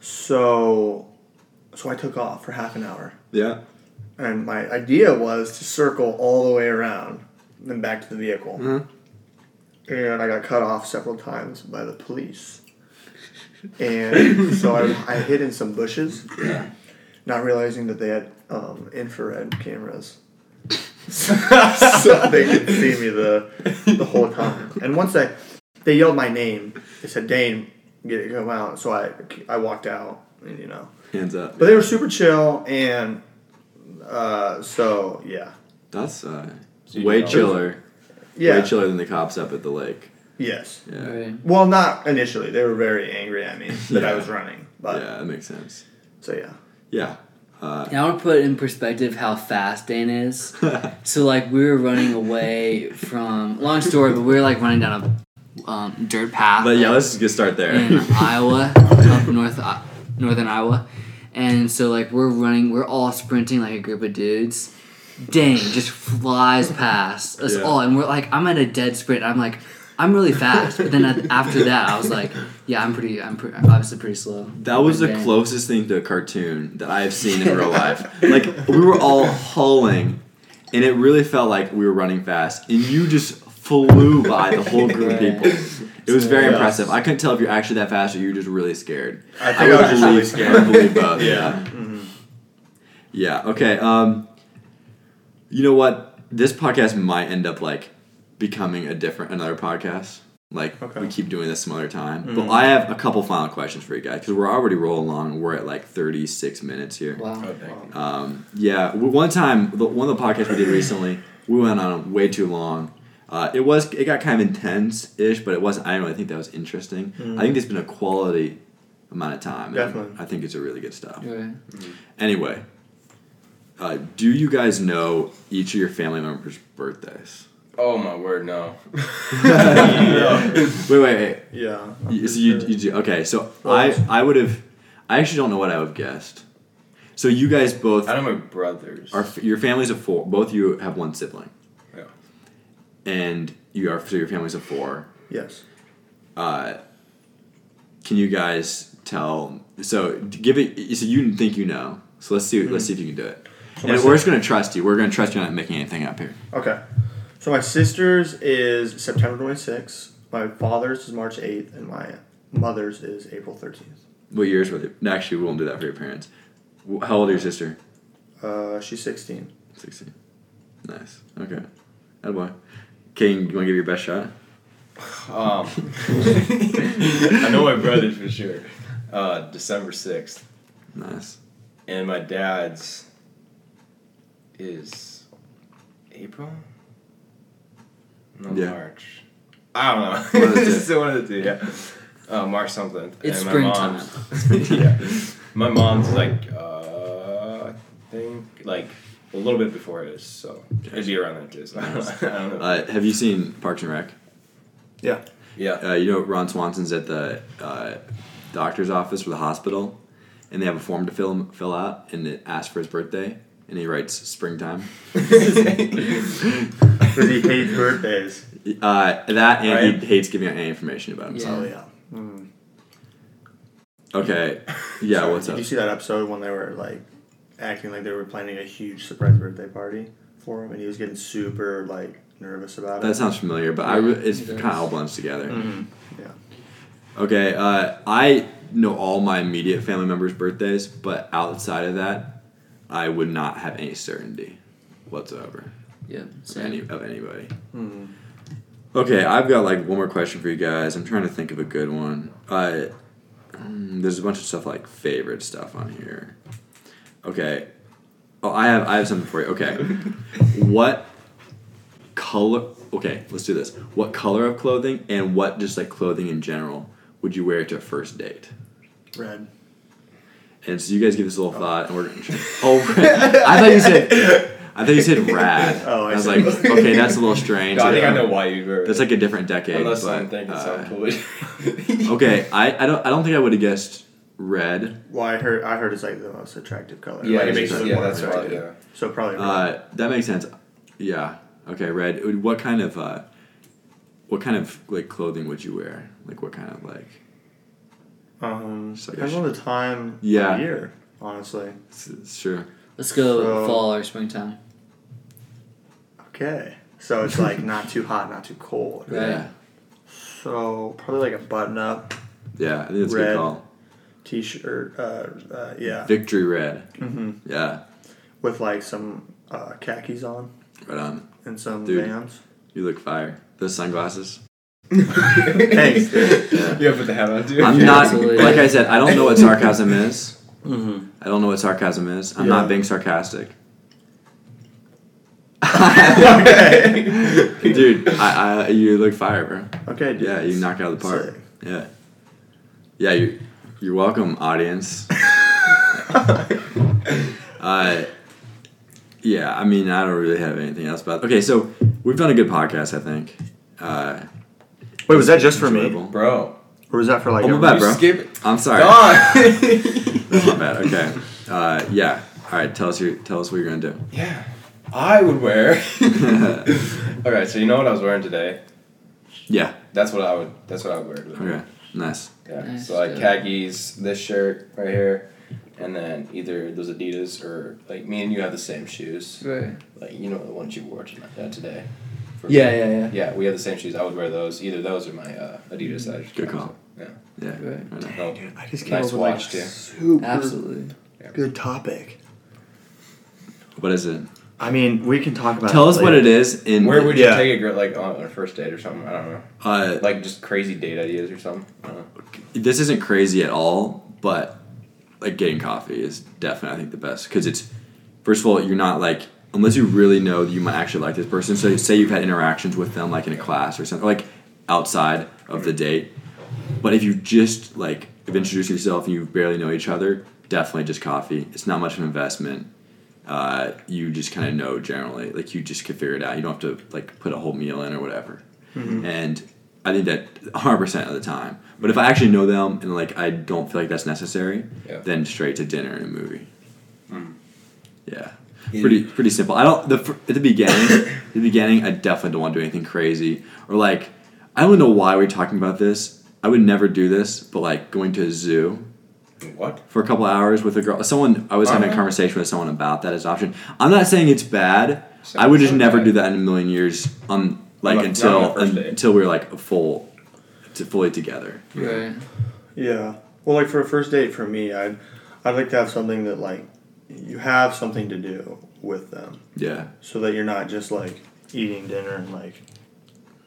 [SPEAKER 3] so so I took off for half an hour,
[SPEAKER 1] yeah.
[SPEAKER 3] and my idea was to circle all the way around, then back to the vehicle.
[SPEAKER 1] Mhm.
[SPEAKER 3] And I got cut off several times by the police. And so I, I hid in some bushes, not realizing that they had um, infrared cameras. so they could see me the, the whole time. And once I, they yelled my name. They said, Dane, get it, come out. So I, I walked out, and you know.
[SPEAKER 1] Hands up.
[SPEAKER 3] But they were super chill, and uh, so yeah,
[SPEAKER 1] That's uh,
[SPEAKER 4] So you
[SPEAKER 1] way
[SPEAKER 4] know.
[SPEAKER 1] chiller. Way
[SPEAKER 3] yeah,
[SPEAKER 1] chiller than the cops up at the lake.
[SPEAKER 3] yes.
[SPEAKER 1] Yeah.
[SPEAKER 2] Right.
[SPEAKER 3] Well, not initially. They were very angry at me that I
[SPEAKER 1] Yeah.
[SPEAKER 3] was running, but
[SPEAKER 1] Yeah, that makes sense.
[SPEAKER 3] so yeah,
[SPEAKER 1] Yeah. Uh, [LAUGHS]
[SPEAKER 2] [LAUGHS] And I want to put in perspective how fast Dane is. So like we were running away from long story, but we were like running down a um, dirt path.
[SPEAKER 1] but yeah, let's just start there. [LAUGHS]
[SPEAKER 2] in Iowa, up north, I northern Iowa, and so like we're running, we're all sprinting like a group of dudes. Dane just flies past us
[SPEAKER 1] Yeah.
[SPEAKER 2] all, and we're like, I'm at a dead sprint. I'm like, I'm really fast, but then at, after that, I was like, yeah, I'm pretty, I'm pre- I'm obviously pretty slow.
[SPEAKER 1] That was the
[SPEAKER 2] Dang.
[SPEAKER 1] closest thing to a cartoon that I have seen in real life. Like we were all hauling, and it really felt like we were running fast, and you just flew by the whole group of people. It was very
[SPEAKER 3] Yeah.
[SPEAKER 1] impressive. I couldn't tell if you're actually that fast or you were just really scared.
[SPEAKER 3] I think I, was just really scared.
[SPEAKER 1] I believe both. [LAUGHS] yeah. Yeah. Okay. Um, you know what? This podcast might end up like becoming a different another podcast. Like
[SPEAKER 3] Okay. Mm-hmm.
[SPEAKER 1] we keep doing this some other time. But I have a couple final questions for you guys because we're already rolling along. We're at like thirty six minutes here.
[SPEAKER 4] Oh,
[SPEAKER 2] Wow.
[SPEAKER 4] thank you.
[SPEAKER 1] Um, yeah, we, one time, the, one of the podcasts we did recently, we went on way too long. Uh, it was it got kind of intense ish, but it wasn't. I don't really think that was interesting. I think there's been a quality amount of time. and
[SPEAKER 3] Mm. Definitely.
[SPEAKER 1] I think it's a really good stuff.
[SPEAKER 2] Right.
[SPEAKER 1] Anyway, uh, do you guys know each of your family members' birthdays?
[SPEAKER 4] [LAUGHS] Oh my word, [LAUGHS] no.
[SPEAKER 3] Yeah.
[SPEAKER 1] wait, wait, wait.
[SPEAKER 3] [LAUGHS] Yeah. I'm
[SPEAKER 1] You,
[SPEAKER 3] pretty
[SPEAKER 1] so you,
[SPEAKER 3] sure.
[SPEAKER 1] you do okay. So
[SPEAKER 3] Well,
[SPEAKER 1] I
[SPEAKER 3] it's-
[SPEAKER 1] I would have I actually don't know what I would have guessed. So you guys both
[SPEAKER 4] I know my brothers.
[SPEAKER 1] are your families of four. Both of you have one sibling,
[SPEAKER 4] Yeah.
[SPEAKER 1] and you are so your families of four.
[SPEAKER 3] yes.
[SPEAKER 1] Uh, can you guys tell? So d- give it. So you think you know. So let's see. Let's see if you can do it. And
[SPEAKER 4] Mm-hmm.
[SPEAKER 3] let's
[SPEAKER 1] we're just gonna trust you. We're gonna trust you on not making anything up here.
[SPEAKER 3] Okay. So my sister's is September 26th. My father's is March 8th, and my mother's is April 13th.
[SPEAKER 1] What years were they? no, Actually, we won't do that for your parents. Wh- How old are your sister?
[SPEAKER 3] Uh, she's [LAUGHS] 16.
[SPEAKER 1] Sixteen. Nice. Okay. Attaboy. King, you want to give your best shot?
[SPEAKER 4] Um, [LAUGHS] I know my brothers for sure. Uh, December sixth,
[SPEAKER 1] Nice.
[SPEAKER 4] and my dad's is April. No,
[SPEAKER 1] Yeah.
[SPEAKER 4] March. I
[SPEAKER 1] One
[SPEAKER 4] don't
[SPEAKER 1] of
[SPEAKER 4] [LAUGHS] know.
[SPEAKER 1] the two.
[SPEAKER 4] It's still one of the two. Yeah. Uh, March something.
[SPEAKER 2] It's
[SPEAKER 4] and my
[SPEAKER 2] springtime.
[SPEAKER 1] [LAUGHS]
[SPEAKER 4] Mom's, [LAUGHS] [LAUGHS] yeah. My mom's is like uh, I think like a little bit before it is, so it'd be around that too. So [LAUGHS] I don't know. I don't know. [LAUGHS]
[SPEAKER 1] Uh, have you seen Parks and Rec?
[SPEAKER 3] Yeah.
[SPEAKER 4] yeah.
[SPEAKER 1] Uh, you know Ron Swanson's at the uh, doctor's office or the hospital, and they have a form to fill fill out, and it asks for his birthday, and he writes springtime.
[SPEAKER 3] Because he hates birthdays.
[SPEAKER 1] Uh, that and
[SPEAKER 4] Right.
[SPEAKER 1] he hates giving out any information about himself.
[SPEAKER 3] Oh,
[SPEAKER 2] Yeah.
[SPEAKER 3] yeah. Mm.
[SPEAKER 1] Okay, yeah,
[SPEAKER 3] Sorry,
[SPEAKER 1] what's
[SPEAKER 3] Did
[SPEAKER 1] up?
[SPEAKER 3] you see that episode when they were like acting like they were planning a huge surprise birthday party for him, and he was getting super like nervous about
[SPEAKER 1] That
[SPEAKER 3] it?
[SPEAKER 1] sounds familiar, but I re-
[SPEAKER 2] Yeah,
[SPEAKER 1] it's
[SPEAKER 2] it
[SPEAKER 1] kind
[SPEAKER 2] does.
[SPEAKER 1] of all blends together.
[SPEAKER 3] Mhm. Yeah.
[SPEAKER 1] Okay, uh, I know all my immediate family members' birthdays, but outside of that, I would not have any certainty whatsoever
[SPEAKER 2] Yeah.
[SPEAKER 1] of
[SPEAKER 2] same.
[SPEAKER 1] any of anybody.
[SPEAKER 3] Mm.
[SPEAKER 1] Okay, I've got like one more question for you guys. I'm trying to think of a good one. Uh, mm, there's a bunch of stuff like favorite stuff on here. Okay. Oh, I have I have something for you.
[SPEAKER 4] [LAUGHS]
[SPEAKER 1] Okay. what color? Okay, let's do this. What color of clothing and what just like clothing in general would you wear to a first date?
[SPEAKER 3] Red.
[SPEAKER 1] And so you guys give this a little thought, and we're gonna.
[SPEAKER 4] [LAUGHS]
[SPEAKER 1] Oh, red. I thought you said. I thought you said rad.
[SPEAKER 3] Oh, I
[SPEAKER 1] was
[SPEAKER 3] see.
[SPEAKER 1] like, okay, that's a little strange.
[SPEAKER 4] No, I think I know why you were.
[SPEAKER 1] That's like a different decade.
[SPEAKER 4] Unless
[SPEAKER 1] but,
[SPEAKER 4] I'm thinking
[SPEAKER 1] uh,
[SPEAKER 4] something [LAUGHS]
[SPEAKER 1] [LAUGHS]
[SPEAKER 4] cool.
[SPEAKER 1] Okay, I, I don't I don't think I would have guessed red.
[SPEAKER 3] Well, I heard I heard it's like the most attractive color.
[SPEAKER 4] Yeah,
[SPEAKER 3] like,
[SPEAKER 4] it
[SPEAKER 3] it makes
[SPEAKER 4] makes-
[SPEAKER 3] you look
[SPEAKER 4] yeah,
[SPEAKER 3] more
[SPEAKER 4] that's right.
[SPEAKER 3] attractive.
[SPEAKER 4] Yeah.
[SPEAKER 3] So probably red.
[SPEAKER 1] Uh, that makes sense. Yeah. Okay, red. What kind of uh, what kind of like clothing would you wear? Like what kind of like?
[SPEAKER 3] um,
[SPEAKER 1] so I
[SPEAKER 3] depends
[SPEAKER 1] guess-
[SPEAKER 3] on the time. of
[SPEAKER 1] Yeah.
[SPEAKER 3] year, honestly.
[SPEAKER 1] s- s- Sure.
[SPEAKER 2] Let's go
[SPEAKER 3] So-
[SPEAKER 2] fall or springtime.
[SPEAKER 3] Okay. So it's like [LAUGHS] not too hot, not too cold.
[SPEAKER 2] Right.
[SPEAKER 1] Yeah.
[SPEAKER 3] So probably like a button-up
[SPEAKER 1] Yeah. I think that's a
[SPEAKER 3] Red.
[SPEAKER 1] good call.
[SPEAKER 3] T-shirt. Uh, uh, yeah.
[SPEAKER 1] Victory red.
[SPEAKER 3] hmm
[SPEAKER 1] Yeah.
[SPEAKER 3] With like some uh, khakis on
[SPEAKER 1] Right on.
[SPEAKER 3] and some
[SPEAKER 1] Dude.
[SPEAKER 3] Vans.
[SPEAKER 1] You look fire. Those
[SPEAKER 3] [LAUGHS]
[SPEAKER 1] sunglasses. [LAUGHS]
[SPEAKER 3] Thanks, dude.
[SPEAKER 1] Yeah.
[SPEAKER 4] Yeah, put the hat on too.
[SPEAKER 1] I'm
[SPEAKER 2] Yeah,
[SPEAKER 4] [LAUGHS]
[SPEAKER 1] not
[SPEAKER 2] absolutely.
[SPEAKER 1] like I said. I don't know what sarcasm is.
[SPEAKER 3] Mm-hmm.
[SPEAKER 1] I don't know what sarcasm is. I'm
[SPEAKER 3] Yeah.
[SPEAKER 1] not being sarcastic. [LAUGHS]
[SPEAKER 4] okay.
[SPEAKER 1] Dude, I, I you look fire, bro.
[SPEAKER 3] Okay, dude.
[SPEAKER 1] Yeah, you knocked it out of the park.
[SPEAKER 3] Sick.
[SPEAKER 1] Yeah. Yeah, you you're welcome, audience. uh yeah, I mean I don't really have anything else about Okay, so we've done a good podcast, I think. Uh
[SPEAKER 3] Wait, was that just for me?
[SPEAKER 1] enjoyable.
[SPEAKER 4] Bro.
[SPEAKER 3] Or was that for like
[SPEAKER 1] Oh, my
[SPEAKER 3] everybody?
[SPEAKER 1] bad,
[SPEAKER 4] you
[SPEAKER 1] bro.
[SPEAKER 4] skip-
[SPEAKER 1] I'm sorry. [LAUGHS]
[SPEAKER 4] God.
[SPEAKER 1] That's not bad. Okay. Uh yeah. Alright, tell us your tell us what you're gonna do.
[SPEAKER 4] yeah. I would
[SPEAKER 1] [LAUGHS]
[SPEAKER 4] wear. Alright, so you know what I was wearing today?
[SPEAKER 1] Yeah.
[SPEAKER 4] That's what I would that's what I would wear.
[SPEAKER 1] Okay. Nice.
[SPEAKER 4] Yeah.
[SPEAKER 2] Nice,
[SPEAKER 4] so like
[SPEAKER 2] dude.
[SPEAKER 4] khakis, this shirt right here, and then either those Adidas or like me and you have the same shoes.
[SPEAKER 2] Right.
[SPEAKER 4] Like you know the ones you wore tonight, uh, today. For-
[SPEAKER 2] Yeah, yeah,
[SPEAKER 4] Yeah, we have the same shoes. I would wear those. Either those or my uh, Adidas. that I just
[SPEAKER 1] Good
[SPEAKER 4] got.
[SPEAKER 1] call.
[SPEAKER 4] Yeah.
[SPEAKER 1] Yeah.
[SPEAKER 2] Right.
[SPEAKER 1] Right on.
[SPEAKER 4] No.
[SPEAKER 3] Dude, I just came
[SPEAKER 4] Nice
[SPEAKER 3] up with
[SPEAKER 4] watch,
[SPEAKER 3] like
[SPEAKER 4] too.
[SPEAKER 3] super
[SPEAKER 2] yeah. Absolutely.
[SPEAKER 3] good topic.
[SPEAKER 1] What is it?
[SPEAKER 3] I mean, we can talk about.
[SPEAKER 1] Tell us what it is in
[SPEAKER 4] Where would you
[SPEAKER 3] Yeah.
[SPEAKER 4] take a girl like on a first date or something? I don't know.
[SPEAKER 1] uh
[SPEAKER 4] Like just crazy date ideas or something. I don't know.
[SPEAKER 1] this isn't crazy at all, but like getting coffee is definitely I think the best because it's first of all you're not like unless you really know that you might actually like this person. So say you've had interactions with them like in a class or something like outside of the date, but if you just like have introduced yourself and you barely know each other, definitely just coffee. It's not much of an investment. uh, you just kind of know generally. Like you just can figure it out. You don't have to like put a whole meal in or whatever. And I think that 100 percent of the time. But if I actually know them and like I don't feel like that's necessary,
[SPEAKER 4] Yeah.
[SPEAKER 1] then straight to dinner and a movie. Yeah.
[SPEAKER 5] Yeah.
[SPEAKER 1] Pretty pretty simple. I don't the fir- at the beginning the beginning I definitely don't want to do anything crazy or like I don't know why we're talking about this. I would never do this, but like going to a zoo
[SPEAKER 4] What?
[SPEAKER 1] for a couple hours with a girl. Someone I was having a
[SPEAKER 4] Uh-huh.
[SPEAKER 1] conversation with someone about that as an option. I'm not saying it's bad.
[SPEAKER 4] So-
[SPEAKER 1] I would just
[SPEAKER 4] so
[SPEAKER 1] never
[SPEAKER 4] bad.
[SPEAKER 1] do that in a million years. On like
[SPEAKER 4] Not- not on
[SPEAKER 1] until
[SPEAKER 4] the first date.
[SPEAKER 1] until we were like full, to fully together.
[SPEAKER 2] Right.
[SPEAKER 3] Yeah. Well, like for a first date for me, I'd I'd like to have something that like you have something to do with them,
[SPEAKER 1] Yeah,
[SPEAKER 3] so that you're not just like eating dinner and like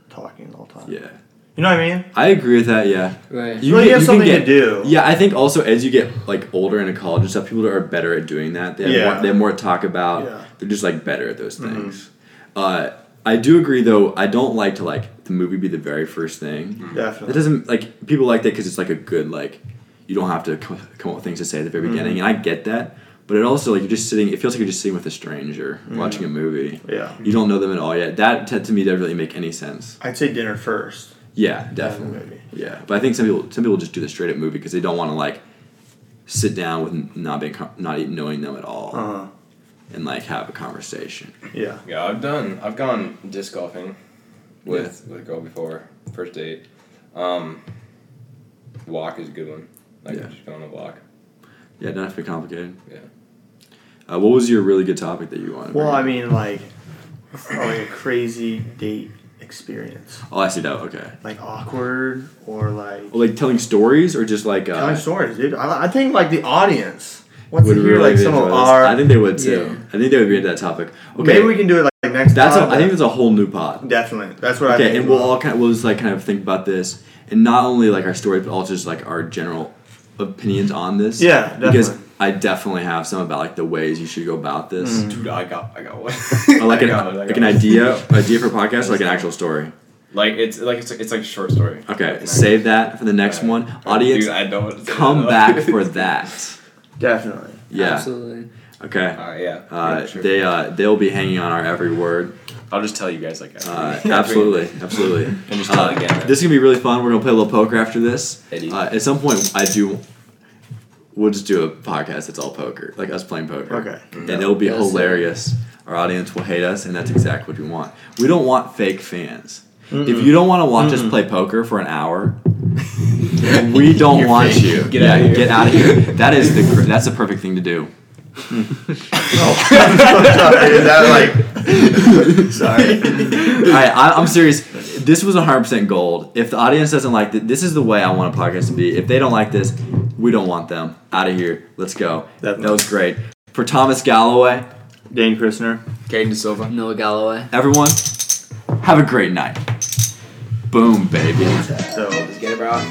[SPEAKER 3] talking the whole time.
[SPEAKER 1] yeah.
[SPEAKER 3] You know what I mean?
[SPEAKER 1] I agree with that. Yeah.
[SPEAKER 2] Right.
[SPEAKER 3] You, really have
[SPEAKER 1] can
[SPEAKER 3] something
[SPEAKER 1] get,
[SPEAKER 3] to do.
[SPEAKER 1] Yeah, I think also as you get like older into college and stuff, people are better at doing that. They have,
[SPEAKER 3] Yeah.
[SPEAKER 1] more, they have more to talk about.
[SPEAKER 3] Yeah.
[SPEAKER 1] They're just like better at those things. Uh, I do agree though. I don't like to like the movie be the very first thing. It
[SPEAKER 3] Definitely.
[SPEAKER 1] doesn't like people like that because it's like a good like you don't have to come, come up with things to say at the very
[SPEAKER 3] Mm-hmm.
[SPEAKER 1] beginning, and I get that. But it also like you're just sitting. It feels like you're just sitting with a stranger
[SPEAKER 3] Mm-hmm.
[SPEAKER 1] watching a movie.
[SPEAKER 3] Yeah.
[SPEAKER 1] You don't know them at all yet. That to, to me doesn't really make any sense.
[SPEAKER 3] I'd say dinner first.
[SPEAKER 1] Yeah,
[SPEAKER 3] then
[SPEAKER 1] definitely.
[SPEAKER 3] the movie.
[SPEAKER 1] Yeah, but I think some people some people just do the straight up movie because they don't want to like sit down with n- not being com- not even knowing them at all
[SPEAKER 3] Uh huh.
[SPEAKER 1] and like have a conversation.
[SPEAKER 3] Yeah.
[SPEAKER 4] Yeah, I've done. I've gone disc golfing with with a girl before first date. Um, walk is a good one. Like
[SPEAKER 1] Yeah.
[SPEAKER 4] just go on a walk.
[SPEAKER 1] Yeah, not have to be complicated.
[SPEAKER 4] Yeah.
[SPEAKER 1] Uh, what was your really good topic that you wanted?
[SPEAKER 3] Well, I mean, like, like a crazy date experience,
[SPEAKER 1] oh, I see that. Okay.
[SPEAKER 3] like awkward or like
[SPEAKER 1] Well, like telling stories or just like uh,
[SPEAKER 3] telling stories, dude. I, I think like the audience wants
[SPEAKER 1] would
[SPEAKER 3] to hear
[SPEAKER 1] really
[SPEAKER 3] like some
[SPEAKER 1] enjoy
[SPEAKER 3] of
[SPEAKER 1] this.
[SPEAKER 3] our.
[SPEAKER 1] I think they would too.
[SPEAKER 2] Yeah.
[SPEAKER 1] I think they would be into that topic. Okay,
[SPEAKER 3] Maybe we can do it like, like next.
[SPEAKER 1] that's. A,
[SPEAKER 3] time,
[SPEAKER 1] I think that's a whole new pod.
[SPEAKER 3] definitely that's what I
[SPEAKER 1] Okay,
[SPEAKER 3] think.
[SPEAKER 1] and we'll all kind of, we'll just like kind of think about this, and not only like our story, but also just like our general opinions on this.
[SPEAKER 3] Yeah,
[SPEAKER 1] because
[SPEAKER 3] definitely.
[SPEAKER 1] I definitely have some about like the ways you should go about this,
[SPEAKER 4] Dude, I got. I got one.
[SPEAKER 1] or [LAUGHS] like
[SPEAKER 4] Mm-hmm. I
[SPEAKER 1] an
[SPEAKER 4] got one, I
[SPEAKER 1] like
[SPEAKER 4] got
[SPEAKER 1] an
[SPEAKER 4] one.
[SPEAKER 1] idea idea for a podcast, or like an actual story.
[SPEAKER 4] Like it's like it's, it's like a short story.
[SPEAKER 1] Okay,
[SPEAKER 4] Like,
[SPEAKER 1] save that for the next
[SPEAKER 4] Alright.
[SPEAKER 1] one. Audience,
[SPEAKER 4] Dude, I don't want to say
[SPEAKER 1] come
[SPEAKER 4] that.
[SPEAKER 1] back
[SPEAKER 4] [LAUGHS]
[SPEAKER 1] for that.
[SPEAKER 3] definitely.
[SPEAKER 1] Yeah.
[SPEAKER 2] Absolutely.
[SPEAKER 1] Okay.
[SPEAKER 4] All right, yeah.
[SPEAKER 1] Uh,
[SPEAKER 4] Yeah, sure.
[SPEAKER 1] They uh, they'll be hanging on our every word.
[SPEAKER 4] I'll just tell you guys like [LAUGHS] after-
[SPEAKER 1] Uh,
[SPEAKER 4] after-
[SPEAKER 1] absolutely, absolutely.
[SPEAKER 4] [LAUGHS] And just tell
[SPEAKER 1] Uh,
[SPEAKER 4] it again.
[SPEAKER 1] This is gonna be really fun. We're gonna play a little poker after this.
[SPEAKER 4] Eddie.
[SPEAKER 1] Uh, at some point, I do. We'll just do a podcast that's all poker, like us playing poker.
[SPEAKER 3] Okay.
[SPEAKER 4] Mm-hmm.
[SPEAKER 1] And it'll be
[SPEAKER 2] Yes.
[SPEAKER 1] hilarious. Our audience will hate us, and that's exactly what we want. We don't want fake fans. If you don't want to watch us play poker for an hour, we don't
[SPEAKER 4] You're
[SPEAKER 1] want
[SPEAKER 4] fake.
[SPEAKER 1] you.
[SPEAKER 4] Get
[SPEAKER 1] yeah,
[SPEAKER 4] out of here.
[SPEAKER 1] Get out of here.
[SPEAKER 4] [LAUGHS]
[SPEAKER 1] That is the. gr- That's the perfect thing to do.
[SPEAKER 4] [LAUGHS]
[SPEAKER 3] Is that like
[SPEAKER 1] Sorry. Alright, I, I'm serious. This was 100% gold. If the audience doesn't like it, this is the way I want a podcast to be. If they don't like this, we don't want them. Out of here. Let's go. That, that was great. For Thomas Galloway,
[SPEAKER 3] Dane Christner?
[SPEAKER 4] Caden De Silva.
[SPEAKER 2] Noah Galloway.
[SPEAKER 1] everyone, have a great night. Boom, baby.
[SPEAKER 3] So.
[SPEAKER 4] Let's get it, bro.